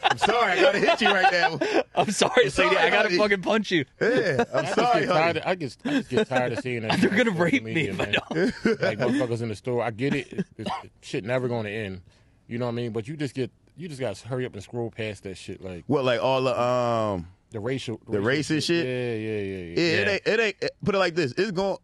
I'm sorry, I gotta hit you right now.
I'm sorry,
sorry,
lady. I gotta
honey.
fucking punch you.
Yeah, I'm
I just
sorry,
get tired.
honey.
Of, I just I just get tired of seeing that.
They're
shit on
gonna
social
rape me
media,
if I
man. Like motherfuckers in the store. I get it. It's, shit never gonna end. You know what I mean? But you just get you just gotta hurry up and scroll past that shit. Like
What like all the um?
the racial,
The racist shit?
Yeah, yeah, yeah,
Yeah,
yeah.
it
Yeah.
ain't. It ain't. Put it like this: it's going.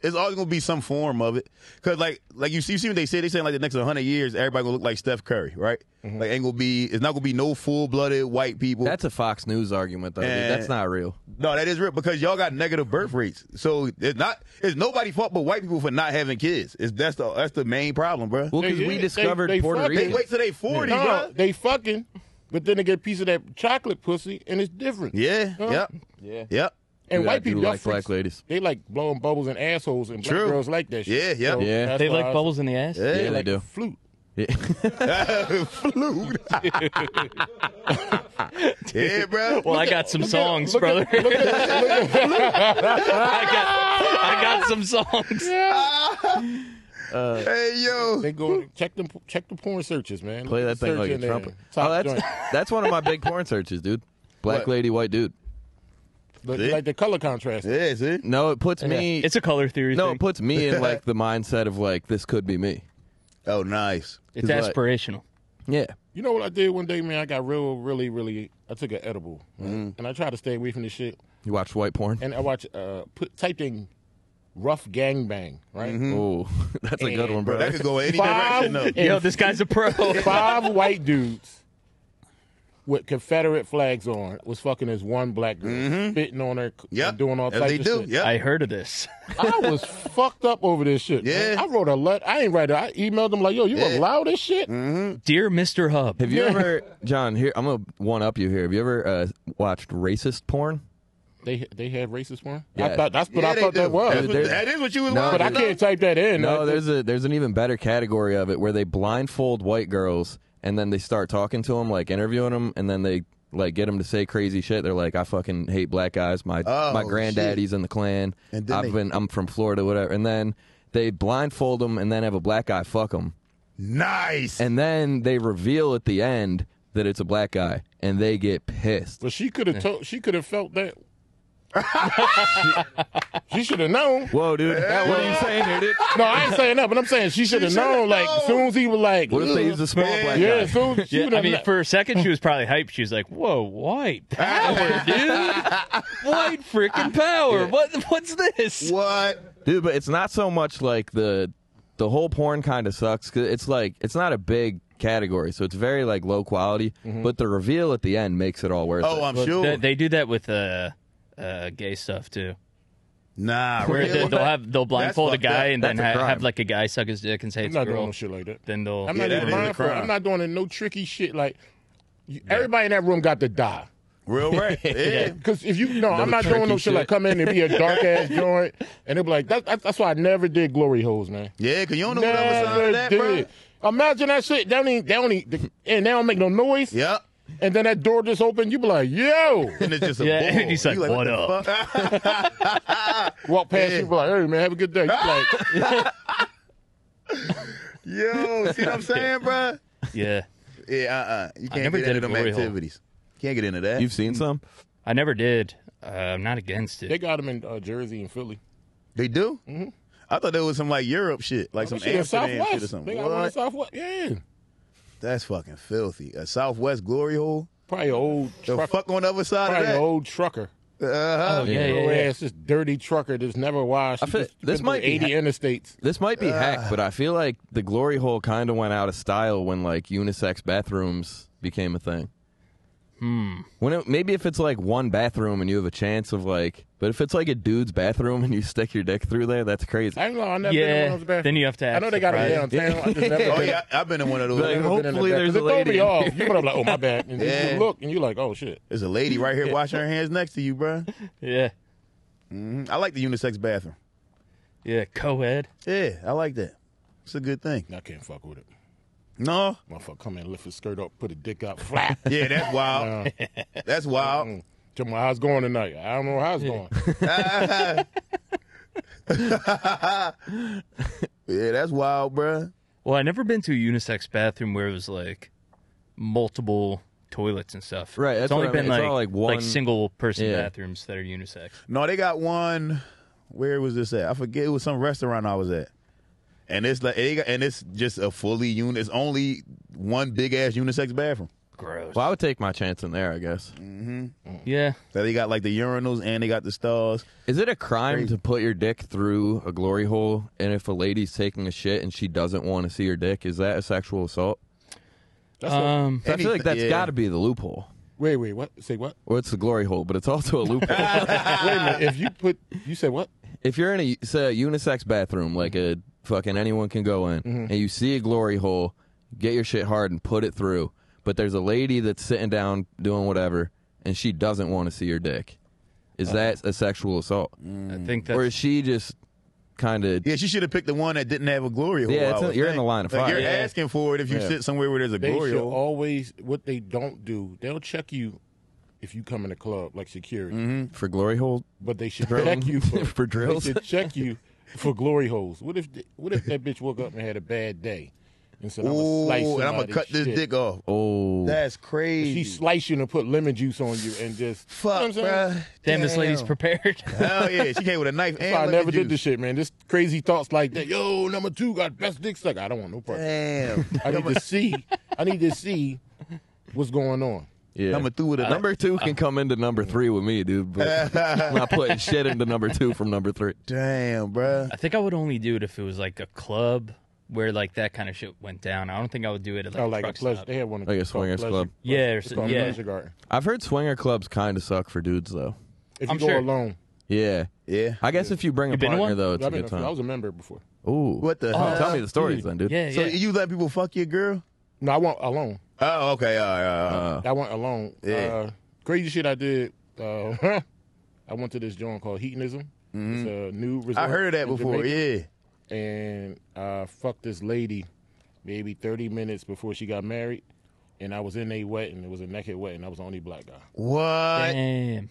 It's always gonna be some form of it, cause like like you see, you see what they say. They say like the next hundred years, everybody gonna look like Steph Curry, right? Like ain't gonna be. It's not gonna be no full blooded white people.
That's a Fox News argument, though. Dude.
Eh.
That's not real.
no, that is real because y'all got negative birth rates. So it's not. It's nobody's fault but white people for not having kids. It's that's the that's the main problem, bro.
Well, because
They-
we
they-
discovered
they
Puerto
fucking-
they
Rican.
wait till they forty,
No,
bro.
they fucking, but then they get a piece of that chocolate pussy, and it's different.
Yeah.
Huh?
Yep.
Yeah.
Yep.
And
Dude, I
white
do
people y'all
like black
freaks-
ladies.
They like blowing bubbles and assholes, and black
True.
girls like that shit.
Yeah, yeah.
Yeah.
that's
They
why
like
I-
bubbles in the ass.
Yeah.
Yeah,
They
they
like
do.
flute.
Yeah.
Flute. yeah, bro.
Well, I got some songs, brother. I got I got some songs.
Hey, yo.
They go check them check the porn searches, man.
Play that
Look
thing
at the
like
search
a
in there.
trumpet.
Top
Oh, that's
joint.
that's one of my big porn searches, dude. Black
What?
lady, white dude.
Look,
See?
like the color contrast.
Yeah, see?
No, it puts me.
It's a color theory.
no,
thing.
it puts me in like the mindset of like this could be me.
Oh, nice.
it's
it's like-
aspirational.
Yeah,
You know what I did one day, man? I got real, really, really. I took an edible,
Mm-hmm.
right? and I tried to stay away from this shit.
you watch white porn.
And I watched uh, put typed in rough gangbang, right?
Ooh, that's a good one, bro.
That could go any
Five,
direction though.
and
Yo, this guy's a pro.
five white dudes with Confederate flags on was fucking this one black girl,
Mm-hmm.
spitting on her, c-
Yep.
doing all
As
types
they
of
do.
shit.
Yep.
I heard of this.
I was fucked up over this shit. man.
Yeah.
I wrote a letter. I ain't write it. I emailed them like, "Yo, you
Yeah. Mm-hmm.
allow this shit?"
Dear Mr. Hub.
Have you ever, John? Here, I'm gonna one up you here. Have you ever uh, watched racist porn?
They they had racist one. I
Yeah.
thought that's what
yeah,
I
they
thought
do.
that was.
That's what,
There's-
that is what you was
No,
watching.
but I
though.
can't type that in.
No,
I-
there's a there's an even better category of it where they blindfold white girls and then they start talking to them, like interviewing them, and then they like get them to say crazy shit. They're like, "I fucking hate black guys. My
Oh,
my granddaddy's in the Klan.
And then
I've
they-
been I'm from Florida, whatever." And then they blindfold them and then have a black guy fuck them,
Nice.
and then they reveal at the end that it's a black guy, and they get pissed.
But she could have told. She could have felt that. she should have known.
Whoa, dude! What are you saying here, dude?
No, I ain't saying that, but I'm saying she should have
shoulda
known. Like,
known.
as soon as he was like,
What if they
"Ugh."
use a small black
yeah,
guy?
as soon as she
Yeah,
would
I
have
mean, for a second, she was probably hyped. She was like, "Whoa, white power, dude! White freaking power! What? What's this?"
what?
dude but it's not so much like the the whole porn kind of sucks 'cause it's like it's not a big category so it's very like low quality but the reveal at the end makes it all worth
Oh,
it
I'm sure.
They, they do that with uh, uh, gay stuff too.
nah,
Where
really?
they, will have they'll blindfold a
fucked up.
guy and then
That's a
ha- have
crime.
like a guy suck his dick and say
I'm
it's a
not doing
girl.
no shit like that.
Then they'll
I'm
Yeah,
not
that
even
is a
lying for it.
crime.
I'm not doing it, no tricky shit. Like, you, everybody in that room got to die.
Real right. Yeah.
Because if you no, I'm not
tricky
doing no shit,
shit.
like come in and be a dark ass joint, and they be like, that, that, that's why I never did glory holes, man.
Yeah, because you don't know what I'm
Never
saying that, bro.
did. Imagine that shit. They don't even, they don't even, and they don't make no noise.
Yep.
And then that door just opened. You be like, yo,
And it's just a
Yeah,
bull.
and he's like,
You
"What
the
up?"
fuck?
walk past
Yeah.
you, be like, hey man, have a good day. You be like,
Yo, see what I'm saying, bro?
yeah.
Yeah, uh-uh. You can't
never
get
did
into them
a glory hole.
activities. Can't get into that.
you've seen some
I never did. Uh, I'm not against it.
They got him in uh, Jersey and Philly.
they do? Mm-hmm. I thought that was some like Europe shit, like some
Oh, That shit
Amsterdam shit
in
or
Southwest. They
something.
got one in
What?
Southwest. Yeah.
That's fucking filthy. A Southwest glory hole?
Probably an old
The
trucker.
fuck on the other side
Probably an
of
old trucker.
that? Uh-huh.
oh yeah, yeah,
Little
yeah.
ass, this dirty trucker that's never washed.
I feel-
Just
this
been
might
through
be
80 interstates.
this might be hack but i feel like the glory hole kind of went out of style when like unisex bathrooms became a thing hmm when it, maybe if it's like one bathroom and you have a chance of like but if it's like a dude's bathroom and you stick your dick through there that's crazy
I ain't know. I never been in one
Yeah.
of those bathrooms.
Then you have to.
I
Act
know they got a
surprised.
downtown. I just never
Oh,
been-
yeah. I've been in one of those.
Like,
never been in
Hopefully
that
there's a
bathroom. 'Cause it
lady.
throw me off. You put up like, oh my bad, and
Yeah.
you look and you like, oh shit.
There's a lady right here washing her hands next to you, bro.
Yeah,
I like the unisex bathroom.
yeah. Co-ed.
Yeah, I like that. It's a good thing.
I can't fuck with it.
No?
Motherfucker, come in, lift his skirt up, put a dick out flat.
Yeah, that's wild. that's wild.
Tell me how it's going tonight. I don't know how it's going.
Yeah, that's wild, bruh.
Well, I never been to a unisex bathroom where it was like multiple toilets and stuff.
Right, that's
it's only
what I
been
mean. It's
like
all, like, one-
single person
Yeah.
bathrooms that are unisex.
No, they got one. Where was this at? I forget. It was some restaurant I was at, and it's like they got, and it's just a fully unit. It's only one big ass unisex bathroom.
Gross.
well i would take my chance in there i guess
Yeah.
So they got like the urinals and they got the stalls.
Is it a crime to put your dick through a glory hole? And if a lady's taking a shit and she doesn't want to see your dick, is that a sexual assault?
That's a-
Um.
So I feel like that's
Anything- yeah.
got to be the loophole,
wait, wait, what? Say what?
or it's the glory hole, but it's also a loophole.
Wait a minute. If you put, you said what?
if you're in a, say, a unisex bathroom, like a fucking anyone can go in,
Mm-hmm.
and you see a glory hole, get your shit hard and put it through. But there's a lady that's sitting down doing whatever, and she doesn't want to see your dick.
Uh-huh.
Is that a sexual assault,
Hmm.
I think
or is
that's
she just kind of?
Mm. Yeah, she should have picked the one that didn't have a glory hole.
Yeah, it's
I would
in- you're in
think.
the line of
Like,
fire.
you're
Yeah.
asking for it if you
Yeah.
sit somewhere where there's a
They
glory
should
hole.
always what they don't do. They'll check you if you come in a club like security,
For glory hole,
but they should check you for,
Mm-hmm. For drills?
They should check you for glory holes. What if th- what if that bitch woke up and had a bad day and said, "I'm gonna
Ooh,
slice
and I'm gonna
somebody's
cut this
shit."
dick off.
oh,
That's
She
crazy.
sliced you and put lemon juice on you and just
Fuck,
You know what I'm saying?
bruh.
damn. This lady's prepared.
Hell yeah, she came with a knife and
That's why I
lemon
never
juice.
did this shit, man. Just crazy thoughts like that. Yo, number two got best dick sucker. I don't want no part.
Damn.
I need to see. I need to see what's going on.
Yeah.
Coming through with a
number two can come into number three with me, dude. But I'm not putting shit into number two from number three.
Damn, bruh.
I think I would only do it if it was like a club where like that kind of shit went down. I don't think I would do it at like, a
Oh, like a
truck
pleasure.
stop.
They had one
Like a swingers club.
Yeah, or
it's
so-
called
yeah.
Pleasure Garden.
I've heard swinger clubs kind of suck for dudes though.
If you
I'm
go
sure-
alone,
Yeah,
Yeah.
I guess if you bring a
been to
partner
one?
though, it's
I,
a good time.
was a member before.
Ooh,
What the
Oh,
hell?
tell me the stories then, dude.
Yeah,
So
yeah.
you let people fuck your girl?
No, I went alone.
Oh, okay. All right, all right, all right.
I went alone.
Yeah.
Uh, crazy shit I did. Uh, I went to this joint called Hedonism. It's a new resort.
Mm-hmm. I heard that
in
before.
Jamaica.
Yeah.
and I fucked this lady maybe 30 minutes before she got married. And I was in a wedding. It was a naked wedding. I was the only black guy.
What? And
Damn.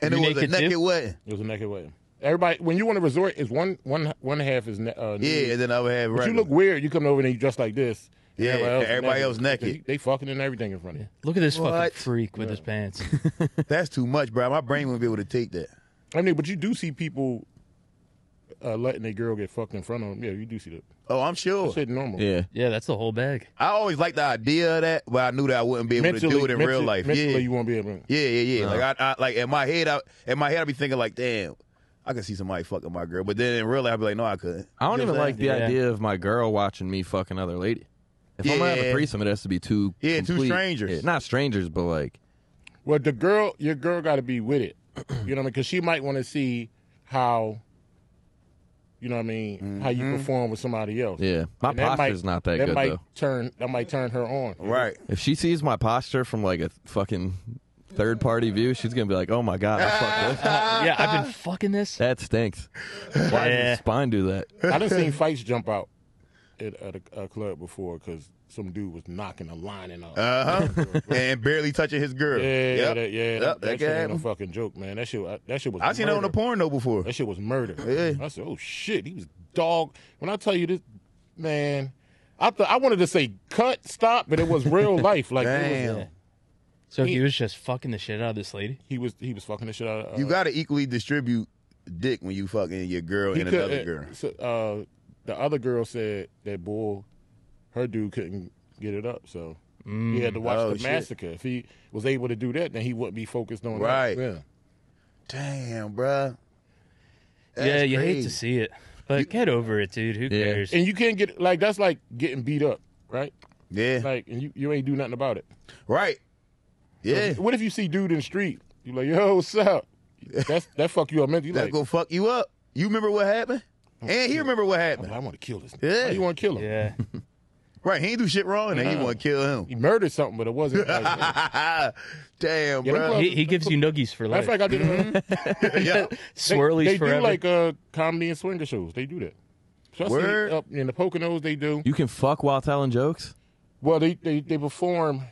it
You
was a
naked
naked
too?
wedding.
It was a naked wedding. Everybody, when you want to resort, is one one one half is ne- uh, nude.
Yeah, and then I would have
But
right.
you look weird. You come over there and you dress like this.
Yeah,
is
everybody else naked.
They, they fucking and everything in front of you.
Look at this
What?
fucking freak with his pants.
That's too much, bro. My brain wouldn't be able to take that.
I mean, but you do see people uh, letting a girl get fucked in front of them. Yeah, you do see that.
Oh, I'm sure.
That's shit normal.
yeah.
yeah, that's the whole bag.
I always liked the idea of that, but I knew that I wouldn't be able
Mentally,
to do it in
mentally-
real life.
Mentally,
Yeah.
you won't be able to.
Yeah, yeah, yeah. Like I, I, like in my head, I, in my head, I'd be thinking like, damn, I could see somebody fucking my girl, but then in real life, I'd be like, no, I couldn't.
I don't
You know
even
what I'm
like the
saying? Yeah.
idea of my girl watching me fuck another lady. If I'm gonna have
Yeah.
a threesome, it has to be two.
Yeah, two
complete-
strangers.
yeah, not strangers, but like,
Well, the girl, your girl got to be with it. You know what I mean? Because she might want to see how, you know what I mean, how
Mm-hmm.
you perform with somebody else.
yeah, my
And that
posture's
might-
not that, good
might
though.
turn that might turn her on.
Right.
If she sees my posture from like a fucking third party view, she's gonna be like, "Oh my god, I fucked
Uh,
this.
Uh, yeah, I've been fucking this.
that stinks." Why does
Yeah.
the spine do that?
I done seen fights jump out at, at a, a club before because some dude was knocking a line and all.
Uh huh. and barely touching his girl.
yeah,
Yep.
that, yeah,
Yep,
that, that,
that
shit
can
ain't no
happen.
fucking joke, man. That shit, I, that shit was.
I seen that on the
murder.
porno before.
That shit was murder.
Yeah.
I said, oh shit, he was dog. When I tell you this, man, I thought I wanted to say cut, stop, but it was real life. Like It was,
Damn.
So he was just fucking the shit out of this lady.
he was he was fucking the shit out of. Uh,
You got to equally distribute dick when you fucking your girl
he
and
could-
another girl.
uh, so, uh, the other girl said that bull, her dude couldn't get it up, so he had to watch
Oh,
the
shit.
massacre. If he was able to do that, then he wouldn't be focused on that.
Right.
Yeah.
Damn, bruh. That's
yeah, you hate
crazy.
to see it. But get over it, dude. Who
Yeah.
cares?
And you can't get like that's like getting beat up, right?
Yeah.
Like and you, you ain't do nothing about it.
right. Yeah.
What if you see dude in the street? You like, yo, what's up? That's that fuck you up mentally. You
That
like, Oh,
go fuck you up. You remember what happened? And he remember what happened.
I want to kill this. nigga.
Yeah.
Why you want to kill him?
Yeah.
Right. He ain't do shit wrong and then
Uh-huh.
you want to kill him.
He murdered something, but it wasn't. Like, matter
Damn,
Yeah, them
bro.
he, he gives you nuggies for
of
life.
fact, I did. uh,
yeah.
They,
Swirlies
they
forever.
do like uh, comedy and swinger shows. They do that. Especially
Word.
up in the Poconos, they do.
You can fuck while telling jokes.
Well, they, they, they perform.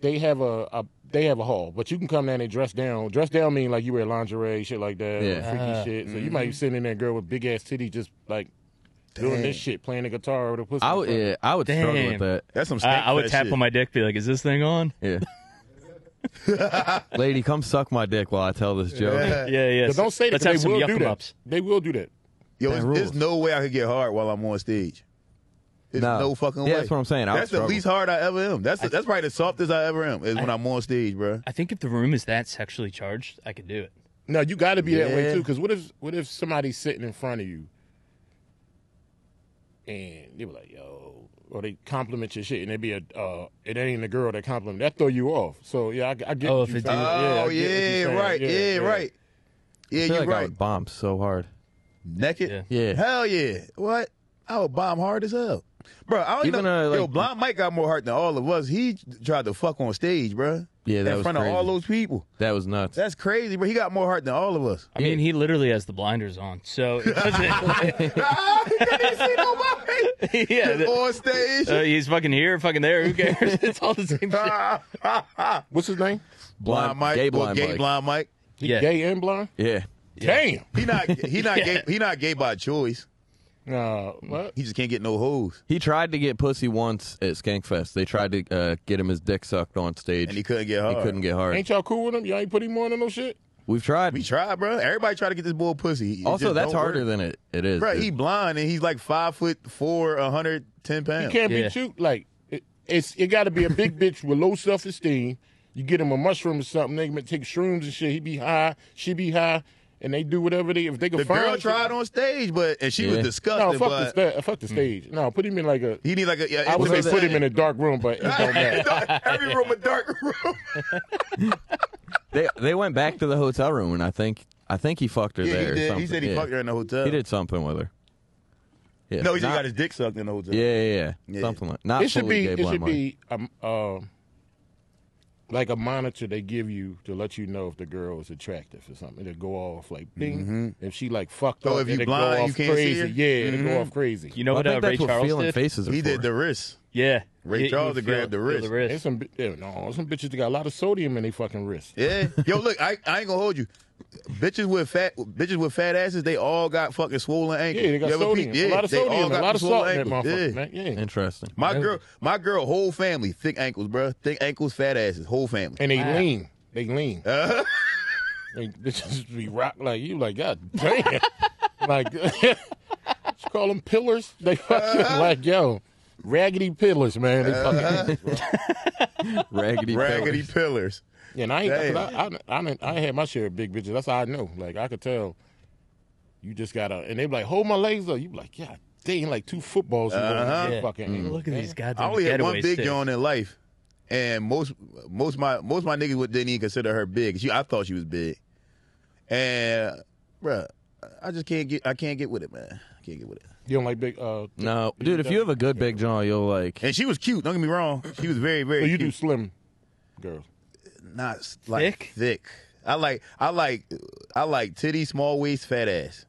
They have a, a they have a hall, but you can come down and dress down. Dress down mean like you wear lingerie, shit like that, or
Yeah.
freaky
Ah.
shit. So
Mm-hmm.
you might be sitting in there, girl with big ass titty, just like doing this shit, playing the guitar or the pussy.
I would, yeah, I would struggle
Damn.
with that.
That's some
I, I would tap on my dick, be like, "Is this thing on?"
Yeah. Lady, come suck my dick while I tell this joke.
Yeah, yeah.
But don't say that.
Let's
'cause
have
They
some
will do
yuck
that.
ups.
They will do that.
Yo, there's,
rules.
there's no way I could get hard while I'm on stage. There's no,
No.
fucking way.
Yeah, that's what I'm saying. I would
That's the
struggle.
least hard I ever am. That's the, that's probably the softest I ever am is when I'm on stage, bro.
I think if the room is that sexually charged, I could do it.
No, you got to be that way
Yeah.
too. Because what if what if somebody's sitting in front of you, and they were like, "Yo," or they compliment your shit, and it be a uh, it ain't the girl that compliment that throw you off. So yeah, I, I get.
Oh,
what
if
you
it
saying.
do-
I
Oh
get what you're
yeah,
saying.
right. Yeah, right. Yeah,
I feel
you're
like I
right.
would bomb so hard.
Naked.
Yeah. Yeah.
Hell yeah. What? I would bomb hard as hell, bro. I don't even
Even,
know.
uh,
yo,
like-
Blind Mike got more heart than all of us. He tried to fuck on stage, bro.
Yeah, that
in
was
front of
crazy.
all those people.
That was nuts.
That's crazy, bro. He got more heart than all of us.
I mean, he literally has the blinders on, so it doesn't.
Ah, you can't see nobody.
yeah, the-
on stage.
uh, he's fucking here, fucking there. Who cares? It's all the same shit.
What's his name?
blind Mike,
gay
well,
blind,
gay
Mike.
blind Mike.
He
Yeah.
gay and blind.
Yeah,
Damn.
He not he not gay he not gay by choice.
Nah, what?
He just can't get no hoes,
he tried to get pussy once at Skankfest. They tried to uh, get him his dick sucked on stage,
and he couldn't get hard.
He couldn't get hard.
Ain't y'all cool with him? Y'all ain't put him on or no shit.
We've tried.
We tried, bro. Everybody tried to get this boy pussy. It
also,
just
that's
don't
harder
work.
than it, it is.
Bro,
dude.
he blind and he's like five foot four, hundred ten
He
pounds.
can't
Yeah.
be cute. Like it, it's it got to be a big bitch with low self esteem You get him a mushroom or something. They take shrooms and shit. He be high. She be high. And they do whatever they if they can
The
find.
girl tried on stage, but and she
Yeah.
was
No,
disgusting.
fuck the,
but
sta- fuck
Hmm.
the stage. No, put him in like a.
he need like a. Yeah,
I would
what
say
I'm
put him in
saying.
a dark room, but it don't matter.
Every room a dark room.
They they went back to the hotel room, and I think I think he fucked her
yeah,
there.
he
or
did. He
something.
said he
Yeah.
fucked her in the hotel.
He did something with her. Yeah.
No, he just
Not-
got his dick sucked in the hotel.
yeah, yeah, yeah,
Yeah.
Something like not
it should
fully
be
gay
it should
blind Mike.
be um, um like a monitor they give you to let you know if the girl is attractive or something. It'll go off like ding. If she like fucked
Mm-hmm. So
up,
if you
it'll
blind,
go
you
off
can't see
crazy.
her? Mm-hmm.
Yeah, it'll go off crazy.
You know
Well,
what
I
uh,
think
Ray
that's what
Charles
feeling
did?
faces are
He
for.
did the wrist.
Yeah,
Ray
He- he
Charles
would
to grab
feel-
the
feel
wrist.
The
There's some bi- yeah, no, some bitches that got a lot of sodium in their fucking wrist.
Yeah. Yo, look, I, I ain't gonna hold you. Bitches with fat bitches with fat asses, they all got fucking swollen ankles.
Yeah, they got
You ever
sodium,
peep-
a lot of
they all
sodium, a
got
lot of
swollen
salt in that
ankles.
motherfucker.
Yeah.
Man. Yeah.
Interesting.
My girl, my girl, whole family, thick ankles, bro. Thick ankles, fat asses, whole family.
and they lean, they lean.
Uh-huh.
They bitches be rock like you, like God damn, like just call them pillars. They fucking
Uh-huh.
like yo, raggedy pillars, man. They fucking,
Raggedy.
Raggedy
Pillars.
pillars.
and I, ain't, 'cause I,
Damn.
I, I, done- I had my share of big bitches. That's how I know. Like I could tell, you just gotta. And they be like, hold my legs up. You be like, God damn, like two footballs.
Uh-huh.
Uh-huh.
Yeah. Mm.
Fucking angle,
Look at
man.
these goddamn
I only had one
getaways,
big
too.
joint in life, and most most my most my niggas would- didn't even consider her big. She, I thought she was big, and bruh, I just can't get I can't get with it, man. I can't get with it.
You don't like big. Uh,
No, dude. If you have a good big jaw, you'll like.
And she was cute. Don't get me wrong. She was very very.
so Oh, you do
cute.
slim, girls.
not s- like thick.
Thick?
I like I like I like titty, small waist, fat ass.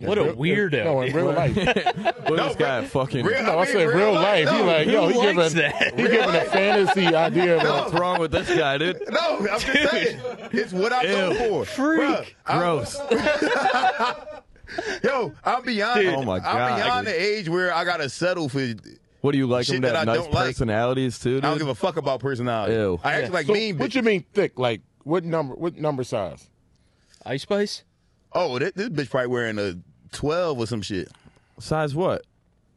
What a
Real-
weirdo.
No, in real life.
What this guy fucking.
real-
No, I
mean,
said real life. He
no.
like,
Who
yo, he
likes
giving,
that?
he giving a fantasy idea of
What's wrong with this guy, dude?
No, I'm just saying. It's what I go
Ew.
for.
Freak.
Bruh, I-
Gross.
yo, I'm beyond.
Oh my
I'm
God.
beyond the age where I gotta settle for.
What do you like?
Shit
Them to
that
have
I
nice
don't like.
personalities too, dude.
I don't give a fuck about personality.
Ew.
I actually like
So,
mean
what
bitch.
you mean thick? Like what number? What number size?
Ice Spice.
Oh, this, this bitch probably wearing a twelve or some shit.
Size what?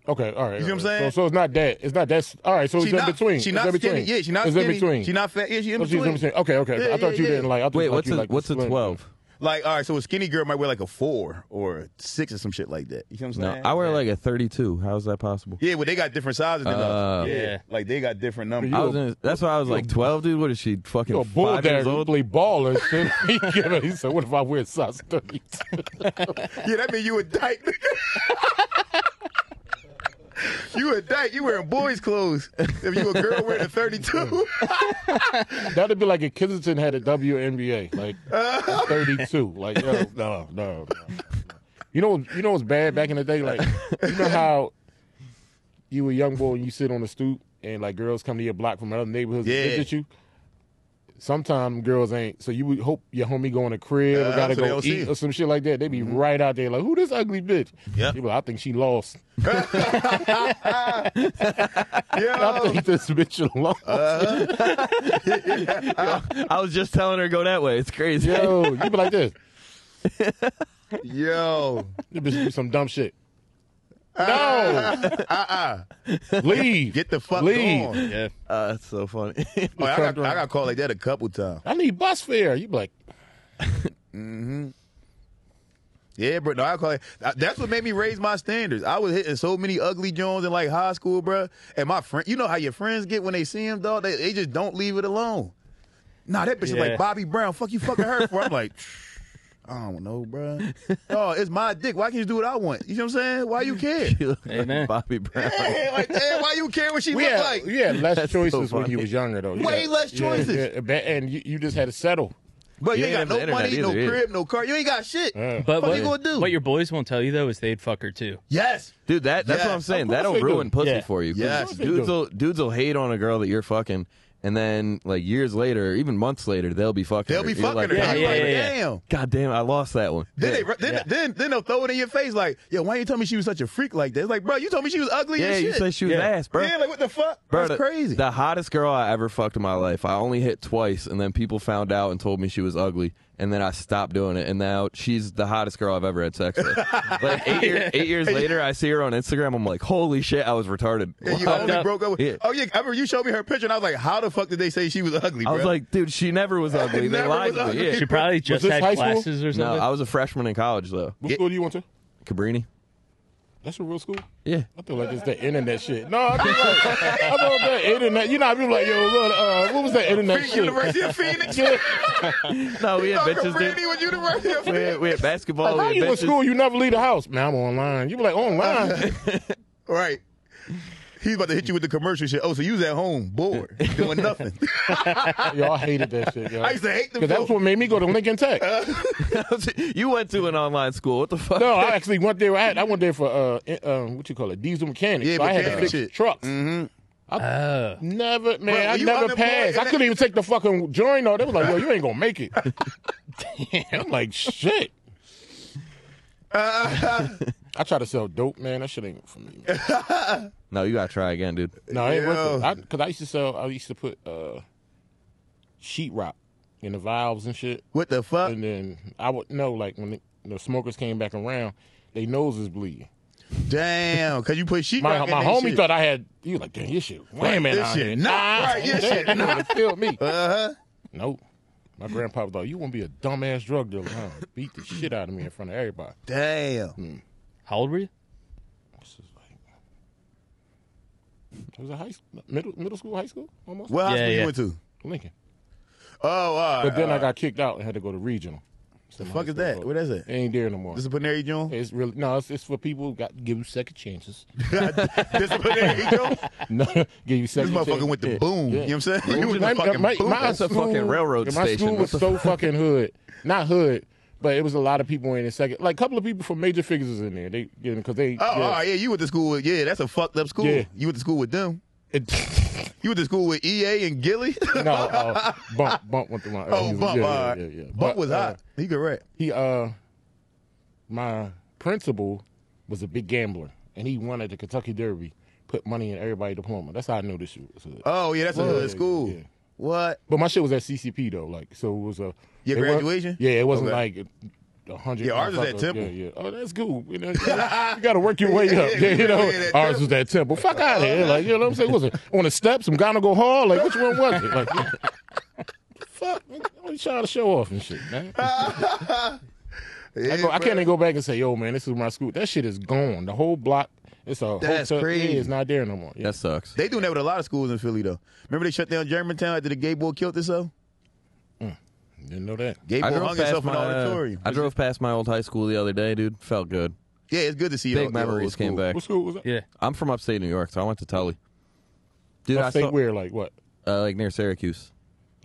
Okay, all right.
You see what I'm
all right.
saying?
So, so it's not that. It's not that. s- All right. So it's
She
in
not
between.
She
it's
not
in between.
skinny. Yeah, she not
it's
skinny.
in between.
She not fat. Yeah, she in
Oh, she's
between.
in between. Okay, okay.
Yeah,
I thought
yeah,
you
yeah.
didn't like. I thought-
Wait,
thought
what's a,
you liked the
what's a
slim.
twelve?
Like, all right, so a skinny girl might wear like a four or a six or some shit like that. You know what I'm
No,
saying?
I wear
Yeah.
like a thirty-two. How is that possible?
Yeah, well, they got different sizes than
Uh,
us.
Yeah.
like they got different numbers.
I was in, that's why I was like twelve, dude. What is she fucking
You a bull
five years
dagger. You
old?
play ball and shit. he, giving- he said, "What if I wear size 32?
yeah, that mean you a dyke. nigga. you a dyke. You wearing boys' clothes. If you a girl wearing a 32.
That'd be like if Kensington had a WNBA, like thirty-two. Like yo, no, no, no. You know, you know what's bad back in the day. Like you know how you a young boy and you sit on the stoop and like girls come to your block from other neighborhoods
Yeah.
and visit you. Sometimes girls ain't. So you would hope your homie go in the crib
Uh,
or gotta
so they
go
don't
eat
see you. Mm-hmm.
or some shit like that. They be right out there like, who this ugly bitch?
Yep.
You be like, I think she lost. I
Yo.
think this bitch lost.
Uh.
I was just telling her go that way. It's crazy.
Yo, you be like this.
Yo.
This bitch do some dumb shit. No, leave.
Ah. Uh-uh. Get the fuck
Leave.
on.
Yeah.
Uh, that's so funny.
Oh, I, got, I got called like that a couple times.
I need bus fare. You be like,
Yeah, bro. No, I call it. I- That's what made me raise my standards. I was hitting so many ugly Jones in like high school, bro. And my friend, you know how your friends get when they see him, dog. They, they just don't leave it alone. Nah, that bitch is
Yeah.
like Bobby Brown. Fuck you, fucking her for. I'm like, I don't know, bro. Oh, it's my dick. Why can't you do what I want? You know what I'm saying? Why you care?
You look like
Amen.
Bobby Brown.
Yeah, like, damn, why you care what she
we
look
had,
like?
we had less
That's so
choices when
funny.
you was younger, though. You
Way
had-
less
yeah,
choices.
yeah, ba- and you, you just had to settle.
Bro, you
You
ain't
ain't
got no
have the
money,
internet
no
either,
crib, no car. You ain't got shit.
Yeah.
But
Fuck
what
you gonna do?
What your boys won't tell you though is they'd fuck her too.
yes.
Dude, that that's
Yeah.
what I'm saying.
Of course
That'll
they do.
ruin pussy
Yeah.
for you. 'Cause
Yes. Of course
they
Dudes
do.
will dudes will hate on a girl that you're fucking and then like years later, even months later, they'll be fucking
They'll
her.
be
You're
fucking
like,
her.
Yeah,
You
yeah,
like,
yeah.
damn.
God damn, I lost that one.
Then they
Yeah.
then,
Yeah.
then then they'll throw it in your face like, yo, why you tell me she was such a freak like that? It's like, bro, you told me she was ugly
Yeah,
and shit.
you say she was
Yeah.
ass, bro.
Yeah, like what the fuck?
Bro,
That's
the-
crazy.
The hottest girl I ever fucked in my life. I only hit twice, and then people found out and told me she was ugly, and then I stopped doing it, and now she's the hottest girl I've ever had sex with. like eight, year, eight years later, I see her on Instagram. I'm like, holy shit, I was retarded.
Yeah, you
What?
only broke up with.
Yeah.
Oh yeah, I remember you showed me her picture, and I was like, "How the fuck did they say she was ugly?"
I was
bruh?
like, dude, she never was ugly. They
Never
lied
was
to me.
ugly.
Yeah.
She probably just
this
had
high school?
classes or
No,
something.
I was a freshman in college though.
What school do you want to?
Cabrini.
That's a real school.
Yeah.
I feel like it's the internet shit. No, I feel like I thought that internet. You know, I be like, yo, what, uh, what was that internet
Phoenix-
shit?
University of Phoenix.
Yeah.
No, we had bitches.
Cabrini
Dude.
was University of
We
Phoenix.
had, we had basketball.
How
we had
you in
Oh, bitches.
school? You never leave the house. Man, I'm online. You be like online.
Right. He's about to hit you with the commercial shit. Oh, so you was at home, bored, doing nothing.
yo, I hated that shit. Yo.
I used to hate them.
Because that's what made me go to Lincoln Tech.
you went to an online school. What the fuck?
No, I actually went there. I, had, I went there for uh, in- um, what you call it, diesel mechanics.
Yeah,
so I had to
mechanic
fix
shit. Mm-hmm.
trucks.
Oh.
Never, man,
were
I
you
never
unemployed
passed. I
in that-
couldn't even take the fucking joint off. They was like, yo, you ain't gonna make it. Damn, I'm like, shit.
Uh,
I try to sell dope, man. That shit ain't for me. man.
No, you gotta try again, dude.
No, it ain't worth it.
Yo.
I, Cause I used to sell. I used to put uh, sheet rock in the valves and shit.
What the fuck?
and then I would know, like when the, the smokers came back around, they noses bleeding.
Damn, cause you put sheet.
My,
rock in
my
that
homie
shit.
thought I had. He was like, "Damn, your shit, wham
Right,
it
this
out
shit
here.
not
nah,
right, your shit
that not feel me."
Uh-huh.
nope. My grandpa was like, "You want to be a dumbass drug dealer? Huh? Beat the shit out of me in front of everybody."
Damn.
How old were you?
This is like, it was a high school, middle middle school, high school, almost
What
Yeah,
hospital
yeah.
you went to?
Lincoln.
Oh, all right.
But then
all
I
right.
got kicked out and had to go to regional. So my
Fuck
high
is
school
that?
was-
What is it?
It ain't there no more.
Disciplinary Joan.
It's really no. It's, it's for people who got give you second chances.
Disciplinary Joan.
No, give you
This
second.
motherfucker
chance.
went to
Yeah.
boom. You know what I'm saying? You went to fucking
my,
boom.
my
That's a
school-
fucking railroad
my
station.
school
What
was
the
so fucking hood, not hood, but it was a lot of people in the second. Like a couple of people from major figures was in there. They you because they
Oh,
yeah.
all right, yeah, you went to school with yeah, that's a fucked up school.
Yeah.
You went to school with them.
It-
You went to school with EA and Gilly.
no, uh, bump bump went to my. uh,
oh, Bump,
yeah,
all right.
yeah, yeah, yeah.
Bump
But,
was
uh,
hot. He could rap.
he uh, my principal was a big gambler, and he won at the Kentucky Derby. Put money in everybody's diploma. That's how I knew this shit was hood.
Oh yeah, that's a
Yeah,
hood
yeah,
school.
yeah.
What?
But my shit was at CCP though, like so it was a
Your
it wasn't-
graduation?
Yeah, it wasn't
Okay.
like a hundred.
Yeah, ours was at
motherfuckers.
Temple.
Yeah, yeah. Oh, that's cool. You, know, you got to work your way
Yeah,
up.
yeah,
Yeah, you know,
yeah, that
ours was at Temple. Fuck out of here, like you know what I'm saying? Was it on the steps? Some guy to go hard? Like which one was it? Like fuck, I'm trying to show off and shit, man. I, go, I can't even go back and say, yo, man, this is my school. That shit is gone. The whole block. It's a
That's
hotel.
crazy.
Yeah, it's not there no more. Yeah.
That sucks.
They doing that with a lot of schools in Philly though. Remember they shut down Germantown after the gay boy killed himself?
Didn't know that.
Gay boy hung himself in the auditorium.
uh, I drove past my old high school the other day, dude. Felt good.
yeah, it's good to see.
Big
the old
memories came
school.
back.
What school was that?
Yeah.
I'm from upstate New York, so I went to Tully. Dude,
I
I
think
saw,
we're like what?
uh, like near Syracuse.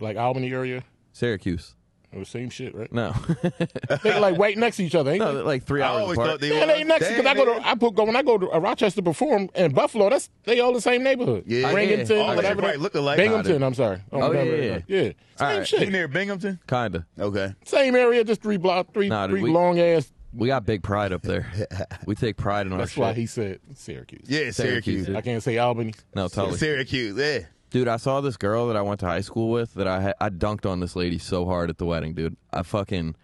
Like Albany area?
Syracuse.
Or the same shit, right?
No,
they like right next to each other. Ain't
no,
they?
they're like three
I
hours
always
apart.
thought they
Yeah,
were.
they next because I go to I put go when I go to uh, Rochester perform in Buffalo. That's they all the same neighborhood.
Yeah.
Binghamton,
All
whatever.
everybody look alike.
Binghamton, I'm sorry.
Oh,
my
yeah,
bad,
yeah,
right, right. yeah. Same
right.
You
shit,
near Binghamton?
Kinda.
Okay.
same area, just three block, three,
Nah, dude,
three
we-
long ass.
We got big pride up there. We take pride in our Oh,
That's
shit.
why he said Syracuse.
Yeah, Syracuse.
Syracuse,
I can't say Albany.
no, Tully.
Syracuse. Yeah.
Dude, I saw this girl that I went to high school with that I had, I dunked on this lady so hard at the wedding, dude. I fucking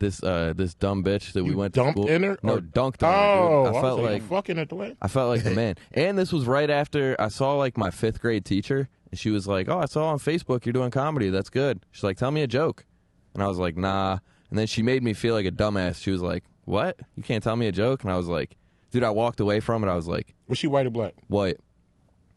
this uh this dumb bitch that we
You
went
dumped
to school.
in her?
No,
Or-
dunked on
Oh,
her. Dude. I felt
was
like
fucking at the way.
I felt like the man. And this was right after I saw like my fifth grade teacher, and she was like, "Oh, I saw on Facebook you're doing comedy. That's good." She's like, "Tell me a joke," and I was like, "Nah." And then she made me feel like a dumbass. She was like, "What? You can't tell me a joke?" And I was like, "Dude, I walked away from it. I was like,
Was she white or black?
what?"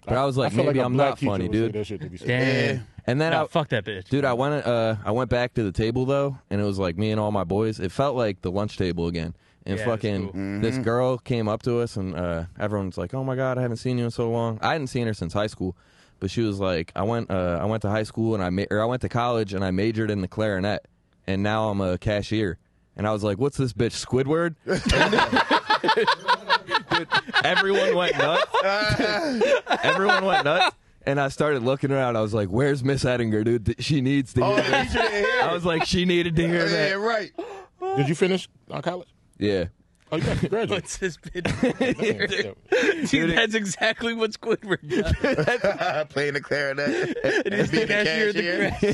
But I, was like,
feel
"Maybe
like a
I'm
black
not
teacher
funny,
would say
dude."
That shit to be said.
Damn.
And then
No,
I
fuck that bitch.
Dude, I went uh I went back to the table though, and it was like me and all my boys. It felt like the lunch table again. And
Yeah, that's
fucking
cool.
Mm-hmm.
this girl came up to us and uh everyone's like, "Oh my god, I haven't seen you in so long." I hadn't seen her since high school. But she was like, "I went uh I went to high school and I ma- or I went to college and I majored in the clarinet and now I'm a cashier." And I was like, "What's this bitch Squidward?" Dude, everyone went nuts. everyone went nuts. And I started looking around. I was like, "Where's Miss Ettinger, dude? Th- She needs to hear
Oh, the
this."
teacher didn't hear
I
it.
was like, she needed to hear
Yeah,
that.
right.
Did you finish uh, college?
Yeah.
Oh, you got to graduate.
What's his bid? Dude,
Yeah.
that's exactly what Squidward does.
Playing the clarinet.
And he's the
Being a
cashier at the
cashier.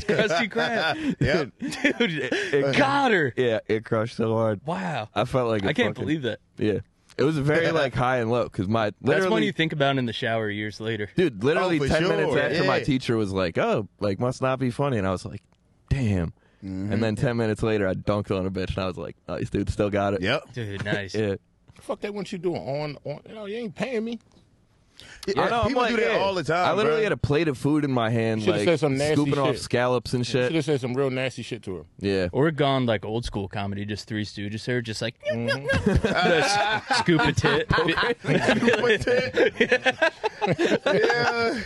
Krusty Krab.
Yep.
Dude, got her.
Yeah, it crushed so hard.
Wow.
I felt like
I can't
Uh, fucking-
believe that.
Yeah, it was very like high and low because my literally,
That's one you think about in the shower years later.
dude, literally
Oh, for
ten minutes
sure,
after my
yeah.
teacher was like, "Oh, like must not be funny," and I was like, "Damn."
Mm-hmm.
And then ten minutes later, I dunked on a bitch, and I was like, "Nice, dude, still got it."
Yep.
Dude, nice.
Yeah.
Fuck that. What you doing on on? You, know, you ain't paying me.
I know, I'm
People
like,
do that
yeah.
all the time.
I literally
bro.
had a plate of food in my hand,
Should've
like
said some nasty
scooping off
shit.
scallops and
Should
shit.
have said some real nasty shit to her.
Yeah.
Or gone like old school comedy, just Three Stooges here, just like Just scoop a tit.
Yeah.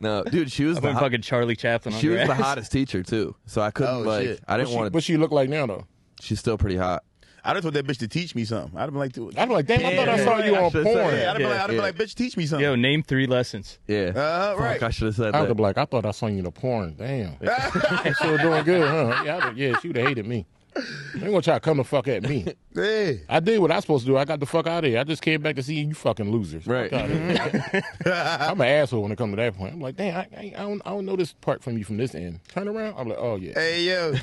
No, dude, she was the
When
hot-
fucking Charlie Chaplin on
she was
your
the
ass.
hottest teacher too. So I couldn't
Oh,
like
shit.
I
What
didn't
she,
want to.
what she look like now though?
She's still pretty hot.
I'd have told that bitch to teach me something. I'd have been like, dude.
I'd be like, damn, I thought I saw you
I
on
should've
porn.
said
Yeah,
that.
I'd have been like, I'd have been
yeah.
like, bitch, teach me something.
Yo, name three lessons.
Yeah.
Uh,
Fuck,
right.
I should have said
I would
that.
have like, I thought I saw you in a porn. Damn. you still doing good, huh? Yeah, I would've- yeah she would have hated me. They gonna try to come the fuck at me.
Hey.
I did what I was supposed to do. I got the fuck out of here. I just came back to see you fucking losers.
Right.
Fuck outta here. I'm an asshole when it comes to that point. I'm like, damn, I, I, I, don't, I don't know this part from you from this end. Turn around. I'm like, oh yeah.
Hey yo,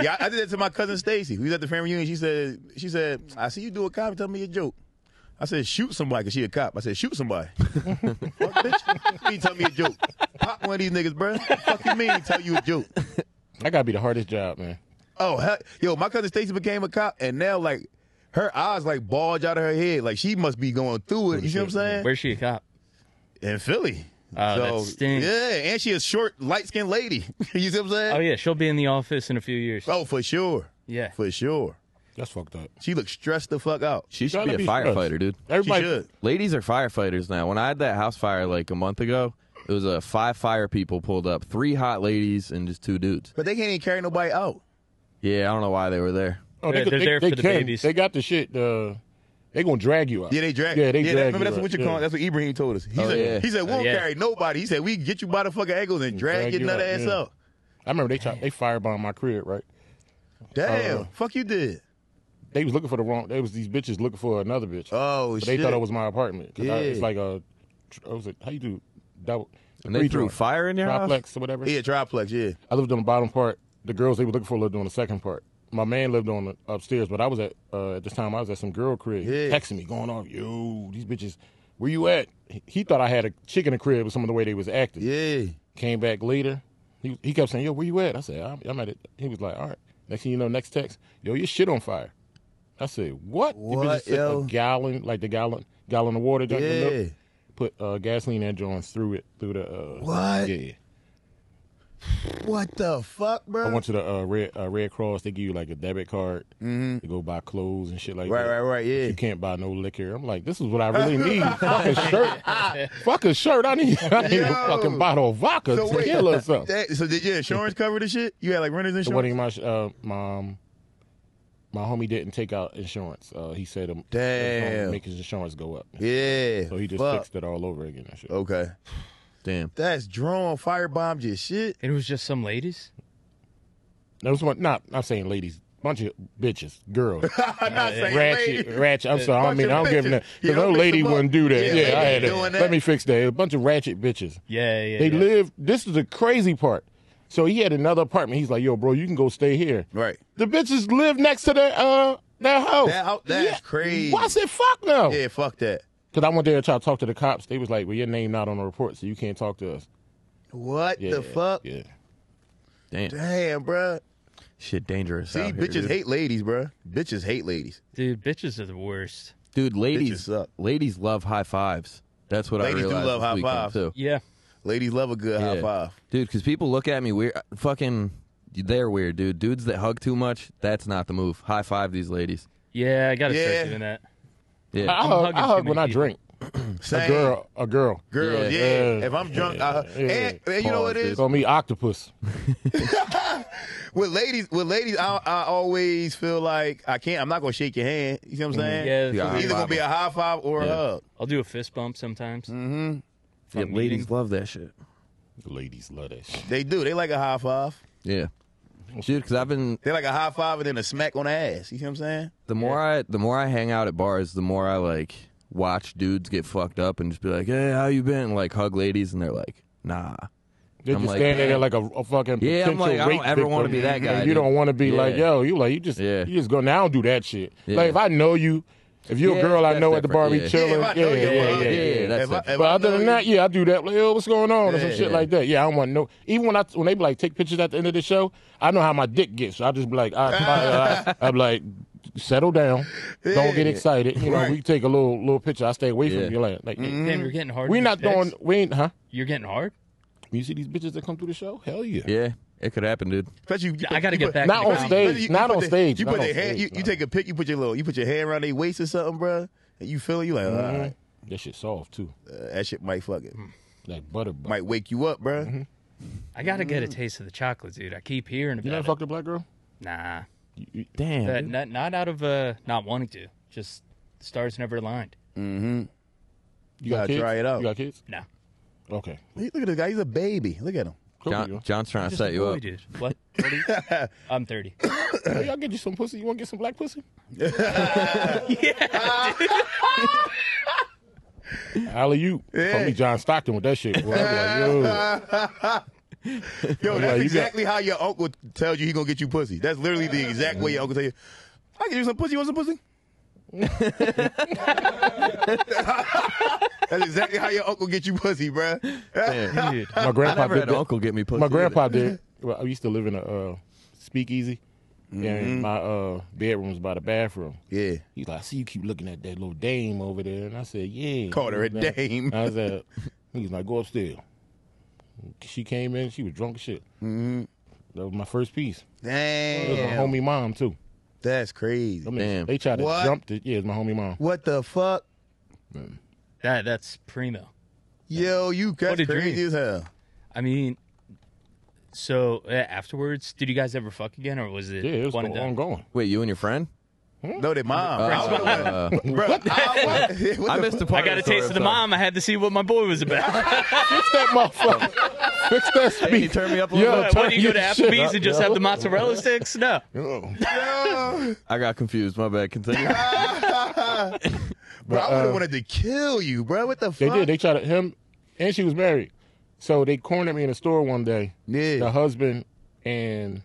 yeah, I I did that to my cousin Stacy. We was at the family reunion. She said, she said, I see you do a comedy. Tell me a joke. I said, shoot somebody, cause she a cop. I said, shoot somebody. Fuck, bitch. You mean tell me a joke. Pop one of these niggas, bro. Fuck you mean tell you a joke.
That gotta be the hardest job, man.
Oh hell, yo, my cousin Stacy became a cop, and now like her eyes like bulge out of her head. Like she must be going through it. You see what I'm saying?
Where's she a cop?
In Philly.
Oh, that stinks.
Yeah, and she a short, light skinned lady. you see what I'm saying?
Oh yeah, she'll be in the office in a few years.
Oh, for sure.
Yeah.
For sure.
That's fucked up.
She looked stressed the fuck out.
she should
gotta
be a
be
firefighter,
stressed.
dude.
She
Everybody
should.
Ladies are firefighters now. When I had that house fire like a month ago, it was uh, five fire people pulled up, three hot ladies and just two dudes.
But they can't even carry nobody out.
Yeah, I don't know why they were there.
Oh,
Yeah,
could-
they're there for the
can.
babies.
They got the shit. Uh, they gonna drag you out.
Yeah, they drag.
Yeah, they
that-
drag
Remember,
you
that's
out.
what you
Yeah.
call. That's what Ibrahim told us. He
Oh,
said,
yeah.
he said we
Oh,
won't
yeah.
carry nobody. He said we can get you by the fucking ankles and drag,
drag
your
you
nut
out,
ass
yeah.
out.
I remember they tried, they firebombed my crib. Right.
Damn,
Oh.
fuck you did.
They was looking for the wrong. They was these bitches looking for another bitch.
Oh
but
shit.
they thought it was my apartment. 'cause I- it's
Yeah.
like a. tr- I was like, how you do double?
And they
three
threw
joint,
fire in your house.
triplex or whatever.
yeah, triplex. Yeah.
I lived on the bottom part. The girls they were looking for lived on the second part. My man lived on the upstairs, but I was at uh, at this time I was at some girl crib
Yeah.
texting me, going on, yo, these bitches, where you at? He- He thought I had a chick in the crib with some of the way they was acting.
Yeah.
Came back later. He, he kept saying, yo, where you at? I said, I'm, I'm at it. He was like, all right. Next thing you know, next text, yo, your shit on fire. I said, what? You
What,
just took
yo?
a gallon, like the gallon, gallon of water, drank the milk,
Yeah.
put uh, gasoline and joints through it, through the. Uh,
What?
Yeah.
What the fuck, bro?
I went to the uh, Red uh, Red Cross. They give you like a debit card to go buy clothes and shit like
Mm-hmm. Right,
that.
right, right, yeah.
But You can't buy no liquor. I'm like, this is what I really need. fuck a shirt. fuck a shirt. I need, I need
Yo.
a fucking bottle of vodka,
So wait.
tequila, or something.
That- so did your insurance cover the shit? You had like renters
So what
insurance.
did my sh- uh, mom? My homie didn't take out insurance. Uh, he said, um,
Damn.
make his insurance go up."
Yeah.
So he just
fuck. Oh.
fixed it all over again. And shit.
Okay.
Damn.
That's drawn. Firebombed your shit.
It was just some ladies?
That was one. Not, not saying ladies, bunch of bitches, girls.
I'm not saying
ratchet,
lady.
ratchet. I'm sorry. I don't
Bunch
mean,
of
I don't give
bitches.
that.
Yeah,
Because
don't
no
mix
lady
them up.
wouldn't do that.
Yeah,
Yeah,
they
I
be
had it.
doing that.
Let me fix that. A bunch of ratchet bitches.
Yeah, yeah.
They
yeah.
live. This is the crazy part. So he had another apartment. He's like, "Yo, bro, you can go stay here."
Right.
The bitches live next to their uh their house.
That out- that's crazy.
Why I said fuck no?
Yeah. Fuck that.
Because I went there and tried to talk to the cops. They was like, "Well, your name not on the report, so you can't talk to us."
What
Yeah,
the fuck?
Yeah.
Damn.
Damn, bruh.
Shit dangerous
See,
out here,
bitches
dude.
hate ladies, bruh. Bitches hate ladies.
Dude, bitches are the worst.
Dude, ladies
Bitches suck.
ladies love high fives. That's what I
Ladies do
realized
love
this
high
weekend,
fives.
too.
Yeah.
Ladies love a good high
Yeah.
five.
Dude, because people look at me weird. Fucking, they're weird, dude. Dudes that hug too much, that's not the move. High five these ladies.
Yeah, I gotta
Yeah.
start doing that.
Yeah.
I
I'm
hug,
hugging
I
too
hug when
many
I
people.
drink.
Same.
A girl, a girl.
Girls,
Yeah.
yeah.
Yeah.
If I'm drunk, I,
Yeah.
and, and you know what it is
Call me octopus.
with ladies. With ladies, I, I always feel like I can't. I'm not gonna shake your hand. You see what I'm saying?
Yeah, that's
Yeah,
what
Either
we-
gonna be a high five or
Yeah.
a hug.
I'll do a fist bump sometimes.
Mm-hmm.
yeah ladies love that shit.
Ladies love that shit.
They do. They like a high five.
Yeah. dude. Because I've been
They like a high five and then a smack on the ass. You see what I'm saying?
the more I the more I hang out at bars, the more I like watch dudes get fucked up and just be like, "Hey, how you been?" And, like hug ladies, and they're like, "Nah."
They
I'm
just
like,
standing there like a, a fucking
Yeah, I'm
potential
like, I don't
rape
ever wanna
victim.
be that guy,
And you
dude.
don't want to be like,
Yeah.
yo, you like, you just,
Yeah.
you just go now do that shit.
Yeah.
Like if I know you, if you're
Yeah,
a girl I
that's
know at the bar,
different,
we
yeah.
chilling.
if I know you, uh,
yeah, yeah, that's
If I-
it.
if
But
I
other
know
than
you-
that, yeah, I do that. Like, yo, what's going on? or some
Yeah,
shit
yeah.
like that. Yeah, I don't want no. Even when I when they be like take pictures at the end of the show, I know how my dick gets. So I just be like, I, I, I, am like, settle down, don't get excited. You know,
Right. Mm-hmm.
we take a little little picture. I stay away from
Yeah.
you. Like, like
Damn, you're getting hard.
we
with
not
these
going.
picks.
We ain't, huh?
You're getting hard.
You see these bitches that come through the show? Hell yeah.
Yeah, it could happen, dude.
Especially you-
I gotta
you
get
put-
back
Not
in
on
the
stage.
put-
not
put
on
the-
stage.
You
Not
put
on
their hand. You,
stage,
you
no.
take a pic. You put your little. You put your hand around their waist or something, bro. And you feel it. You like all right,
That shit soft too.
uh, that shit might fuck it.
Like butter. butter.
Might wake you up, bro.
I gotta get a taste of the chocolate, dude. I keep hearing
Mm-hmm. you never
about it.
fucked a black girl?
Nah,
Damn.
That- not, not out of uh, not wanting to. Just the stars never aligned.
You got
Gotta
kids?
try it out.
You got kids?
No,
Okay.
Hey, Look at this guy. He's a baby. Look at him.
Cool.
John-
yo.
John's trying to
Just
set
a
you
boy,
up.
dude. What? 30? I'm 30.
Hey, I'll get you some pussy. You want to get some black pussy? yeah. Alley you. Call me John Stockton with that shit. Boy. I'm like,
Yo,
Like,
that's
you got-
exactly how your uncle tells you he gonna get you pussy. That's literally the exact way your uncle tell you. I can do some pussy. You want some pussy? That's exactly how your uncle get you pussy, bro.
Dude,
yo. My
I
grandpa
never
did
had an
that.
uncle get me pussy.
My
either.
grandpa did. Well, I used to live in a uh, speakeasy,
Mm-hmm.
and my uh, bedroom was by the bathroom.
Yeah,
He's like, I see you keep looking at that little dame over there. And I said, Yeah.
Called her a dame.
I said, He's like, Go upstairs. She came in, she was drunk as shit. Mm-hmm. That was my first piece. It was my
damn,
homie mom, too.
that's crazy.
I mean,
Damn.
They tried to
What?
jump the. Yeah, it's my homie mom.
What the fuck,
that that's primo.
yo? You got
What a
crazy
dream.
as hell.
I mean, so uh, afterwards, did you guys ever fuck again, or was it
Yeah, it was
one
going,
and done?
ongoing.
Wait, you and your friend?
No, they mom.
Uh,
Bro, I, what, what
I
the
missed
fuck?
the part.
I got a
the story,
taste of
I'm
the
sorry.
mom. I had to see what my boy was about.
Fix that motherfucker. Fix that
Hey, you
speech.
turned me up a little
Yo,
bit.
what do you go
your
to
shit
Applebee's
up,
and just
yo.
have the mozzarella sticks? No.
Yo.
I got confused. My bad. Continue.
Bro, I would have
uh,
wanted to kill you, bro. What the
They
fuck?
did. They tried to him, and she was married. So they cornered me in a store one day.
Yeah.
The husband and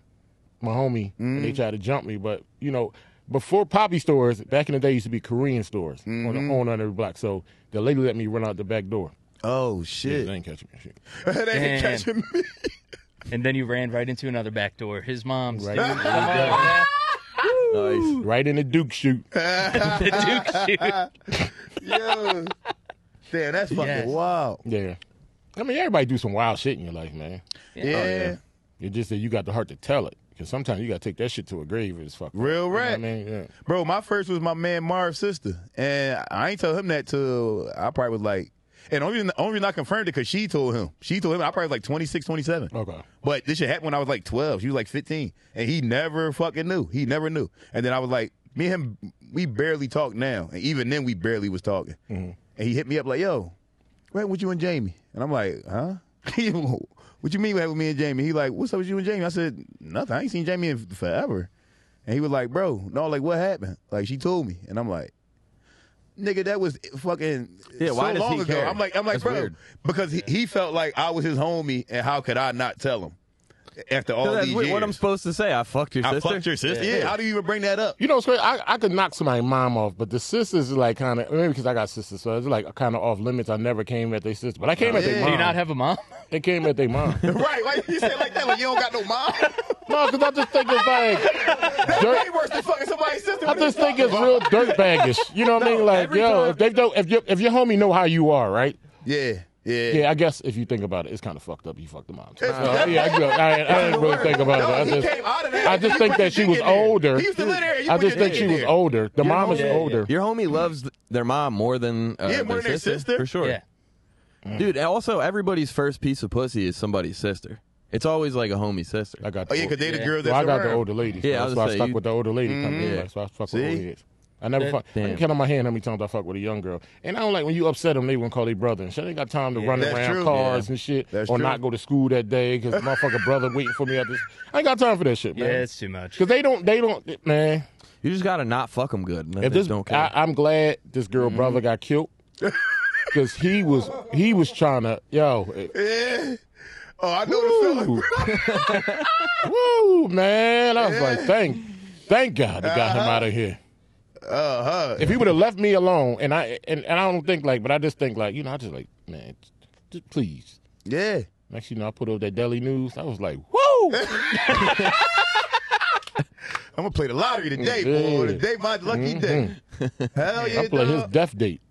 my homie. And
Mm.
they tried to jump me, but you know, before Poppy stores, back in the day, used to be Korean stores on
Mm-hmm.
the on every block. So the lady let me run out the back door.
oh
Yeah,
shit!
they ain't catching me. Shit.
they ain't
Damn.
catching me.
And then you ran right into another back door. His mom's.
Right.
Come on,
nice.
Right in the Duke shoot.
man. the Duke shoot.
Yo. Damn, that's fucking
Yes.
wild.
Yeah. I mean, everybody do some wild shit in your life, man.
Yeah.
It's just that you got the heart to tell it. Because sometimes you got to take that shit to a grave as fuck.
Real
right.
rap.
I mean, yeah.
Bro, my first was my man Marv's sister. And I ain't tell him that till I probably was like, and only reason, only reason I confirmed it because she told him. She told him I probably was like 26, 27.
Okay.
But this shit happened when I was like 12. She was like 15. And he never fucking knew. He never knew. And then I was like, me and him, we barely talk now. And even then, we barely was talking. And he hit me up like, yo, what happened with you and Jamie? And I'm like, huh? He, what you mean what happened with me and Jamie? He like, what's up with you and Jamie? I said, nothing. I ain't seen Jamie in forever. And he was like, bro, no, like what happened? Like she told me. And I'm like, nigga, that was fucking
Yeah,
so
why does
long
he
ago.
care?
I'm like, I'm like,
That's
bro,
weird.
because he, he felt like I was his homie, and how could I not tell him after all
That's
these
what-
years?
what I'm supposed to say? I fucked your
I
sister.
fucked your sister. Yeah. how do you even bring that up?
You know, it's crazy. I, I could knock somebody's mom off, but the sisters is like kind of maybe because I got sisters, so it's like kind of off limits. I never came at their sister, but I came at
Oh,
their
Yeah.
mom.
Do you not have a mom?
they came at their mom. no,
right? Why you say it like that? Like you don't got no mom?
because I just think it's
Way
like dirt.
worse than fucking somebody's sister.
I
What are you
just think
talking
it's
about?
real dirtbaggish. You know what I mean? Like,
every
yo,
time-
if they don't, if your if your homie know how you are, right?
Yeah, yeah.
Yeah, I guess if you think about it, it's kind of fucked up. You fucked the mom. too. So, yeah, I, go- I, I didn't really think about
No,
it. I
Oh, he
just,
came out of there.
I just
You
think
put
that she
your
was
dick in there.
older.
He used to live there. You
I
put
just
your
think
dick
she
in
was
there.
older. The mom is
Yeah, yeah,
older.
Your homie loves th- their mom more than uh,
Yeah, more than their sister. Mm.
for sure.
Yeah.
Dude, and also everybody's first piece of pussy is somebody's sister. It's always like a homie sister.
I got.
Oh yeah,
the-
because they the
Yeah.
girls
Well,
that's
I got the
around.
older ladies.
Yeah, I
Yeah,
was
so I
saying,
stuck
you-
with the older lady. company.
Yeah.
like, So I
Mm-hmm.
fuck
See?
with older ladies. I I never fuck. I
Damn.
can count on my hand how many times I fuck with a young girl. And I don't like when you upset them, they gonna call their brother and shit. I ain't got time to run
that's
around
true.
cars and shit
That's
or
true.
not go to school that day because motherfucker brother waiting for me at this. I ain't got time for that shit,
Yeah,
man.
it's too much.
Cause they don't, they don't, man.
You just gotta not fuck them good. And
If
they
this,
don't care.
I, I'm glad this girl
Mm-hmm.
brother got killed because he was, he was trying to, yo,
Yeah. Oh, I know the feeling.
Woo. Woo, man. I was like, thank, thank God they got him out of here.
Uh huh.
If he would have left me alone, and I and, and I don't think like, but I just think like, you know, I just like, man, just please.
Yeah.
Next, you know, I put up that Daily News. I was like, woo.
I'm gonna play the lottery today, boy.
Yeah.
Today my lucky day. Hell yeah,
I play his
dog.
death date.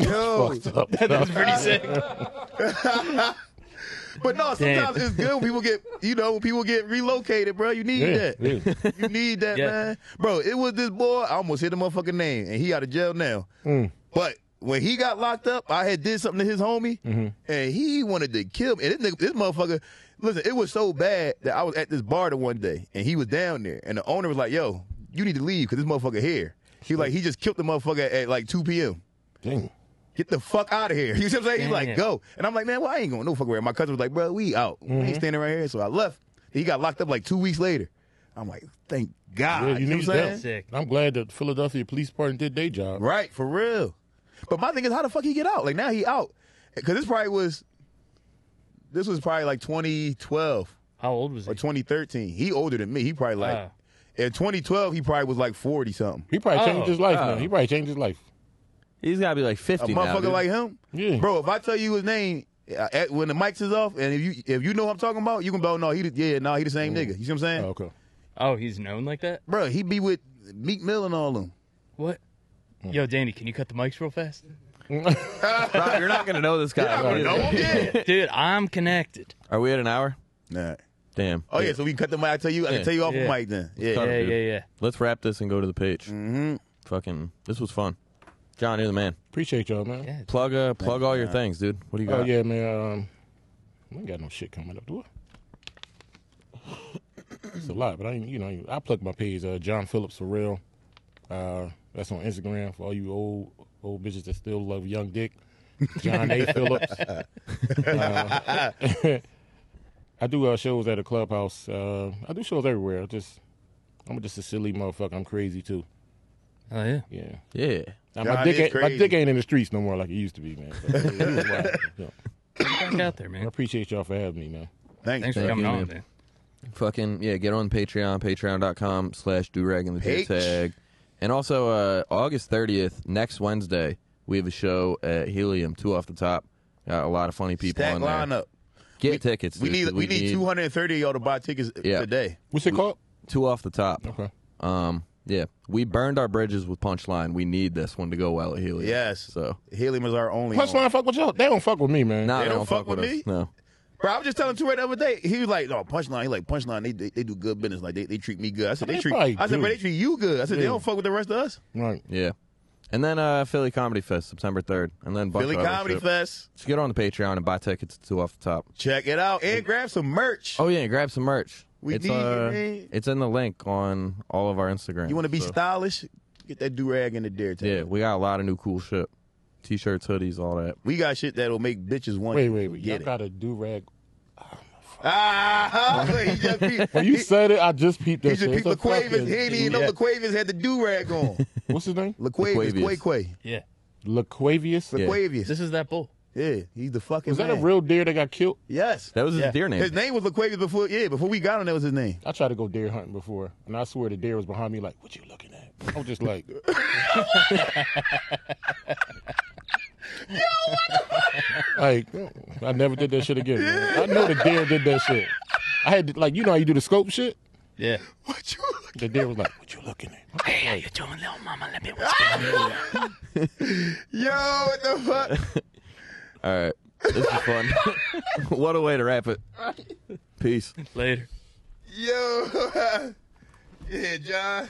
Yo.
Fucked up.
That's pretty sick.
But no,
Damn.
sometimes it's good when people get, you know, when people get relocated, bro. You need
Yeah,
that.
yeah.
You need that,
Yeah.
man. Bro, it was this boy. I almost hit the motherfucking name, and he out of jail now. But when he got locked up, I had did something to his homie, and he wanted to kill me. And this, nigga, this motherfucker, listen, it was so bad that I was at this bar the one day, and he was down there, and the owner was like, "Yo, you need to leave because this motherfucker here." He like he just killed the motherfucker at like 2 p.m.
Dang.
Get the fuck out of here. You see what I'm saying? He's like,
Damn.
go. And I'm like, man, well, I ain't going no fuck where. My cousin was like, bro, we out. I
Mm-hmm.
ain't standing right here. So I left. He got locked up like two weeks later. I'm like, thank God.
Yeah, you
know
need
what I'm saying?
that.
Sick.
I'm glad that Philadelphia Police Department did their job.
Right, for real. But my thing is, how the fuck he get out? Like now he out because this probably was, this was probably like 2012
How old was
or
he?
2013. He older than me. He probably like
Ah.
in 2012 he probably was like 40 something.
He probably
Oh,
changed his life,
oh.
man. He probably changed his life.
He's gotta be like
A
fifty now.
motherfucker
dude.
like him,
Yeah.
bro. If I tell you his name. uh, At, when the mics is off, and if you if you know what I'm talking about, you can be like, oh, no, he the- yeah, no, he the same nigga. You see what I'm saying?
Oh, okay.
Oh, he's known like that?
Bro, he be with Meek Mill and all them.
What? Yo, Danny, can you cut the mics real fast?
Rob, you're not gonna know this guy. either.
yeah.
Dude, I'm connected.
Are we at an hour?
Nah.
Damn.
Oh yeah, so we can cut the mic. I tell you, I
Yeah.
can tell you off the
Yeah.
mic then. Yeah.
Cut
Yeah,
it, dude.
yeah, yeah.
Let's wrap this and go to the page.
Mm.
Mm-hmm. Fucking, this was fun. John, you're the man.
Appreciate y'all, man.
Yeah.
Plug, uh, plug all your things, dude. What do you got?
Oh yeah, man. Um, we ain't got no shit coming up, do I? It's a lot, but I ain't, you know I ain't- I plug my page. Uh, John Phillips for real. Uh, that's on Instagram for all you old old bitches that still love young dick. John A. Phillips. Uh, I do uh, shows at a clubhouse. Uh, I do shows everywhere. I just I'm just a silly motherfucker. I'm crazy too.
Oh, yeah.
Yeah.
Yeah.
Now,
John
my dick
is
ain't, my
crazy.
dick ain't in the streets no more like it used to be, man. But, yeah, it was wild, you know.
Back out there,
I
man.
appreciate y'all for having me, man.
Thanks.
Thanks for
Thank
coming
you,
on,
man.
dude.
Fucking, yeah, get on Patreon, patreon.com slash durag and the
Page.
tag. And also, uh, August 30th, next Wednesday, we have a show at Helium, two off the top. Got a lot of funny people
Stack
on there.
lineup.
Get tickets.
We
dude,
need
'cause
we need 230 of y'all to buy tickets
Yeah.
today.
What's it called?
two off the top.
Okay.
Oh.
Um, yeah, we burned our bridges with Punchline. We need this one to go well at Helium.
Yes.
So,
Helium is our only.
Punchline fuck with y'all. They don't fuck with me, man.
nah,
They
they
don't
don't fuck,
fuck with
us.
me?
No.
Bro, I was just telling Tourette the other day. He was like, "No, punchline." He like punchline. They, they they do good business. Like they, they treat me good. I said they,
They
treat.
probably
I said,
do.
bro, they treat you good. I said they
Yeah.
don't fuck with the rest of us.
Right.
Yeah. And then uh, Philly Comedy Fest, September 3rd. And then a bunch
Philly
of other
Comedy
shit.
Fest.
So get on the Patreon and buy tickets to off the top.
Check it out and grab some merch.
Oh, yeah, and grab some merch.
We
it's,
need it,
uh,
man.
it's in the link on all of our Instagram.
you want to be
so-
stylish? Get that do rag in the dare tag.
Yeah, we got a lot of new cool shit. T shirts, hoodies, all that.
We got shit that'll make bitches want.
Wait,
you.
wait, wait. Y'all
Get it.
got a do rag.
Ah, he just peeped.
When Oh, you said it, I just peeped that
he just
shit.
peeped
It's a
LaQuavis.
fucking-
He didn't even know
yeah.
LaQuavis had the do rag on.
What's his name?
LaQuavis,
LaQuavius.
Quay Quay.
Yeah.
Laquavius.
Yeah.
LaQuavius.
This is that bull.
Yeah, he's the fucking.
Was that a
man.
real deer that got killed?
Yes.
That was
Yeah.
his deer name.
His name was LaQuavius before. Yeah, before we got him, that was his name.
I tried to go deer hunting before, and I swear the deer was behind me. Like, what you looking at? I was just like, like I never did that shit again. Man. I know the deer did that shit. I had to, like, you know how you do the scope shit.
Yeah.
What you?
The deer was like, what you looking at?
Hey, how you doing, little mama? Let me
Yo, what the fuck?
All right. This is fun. what a way to wrap it. Peace.
Later.
Yo. yeah, John.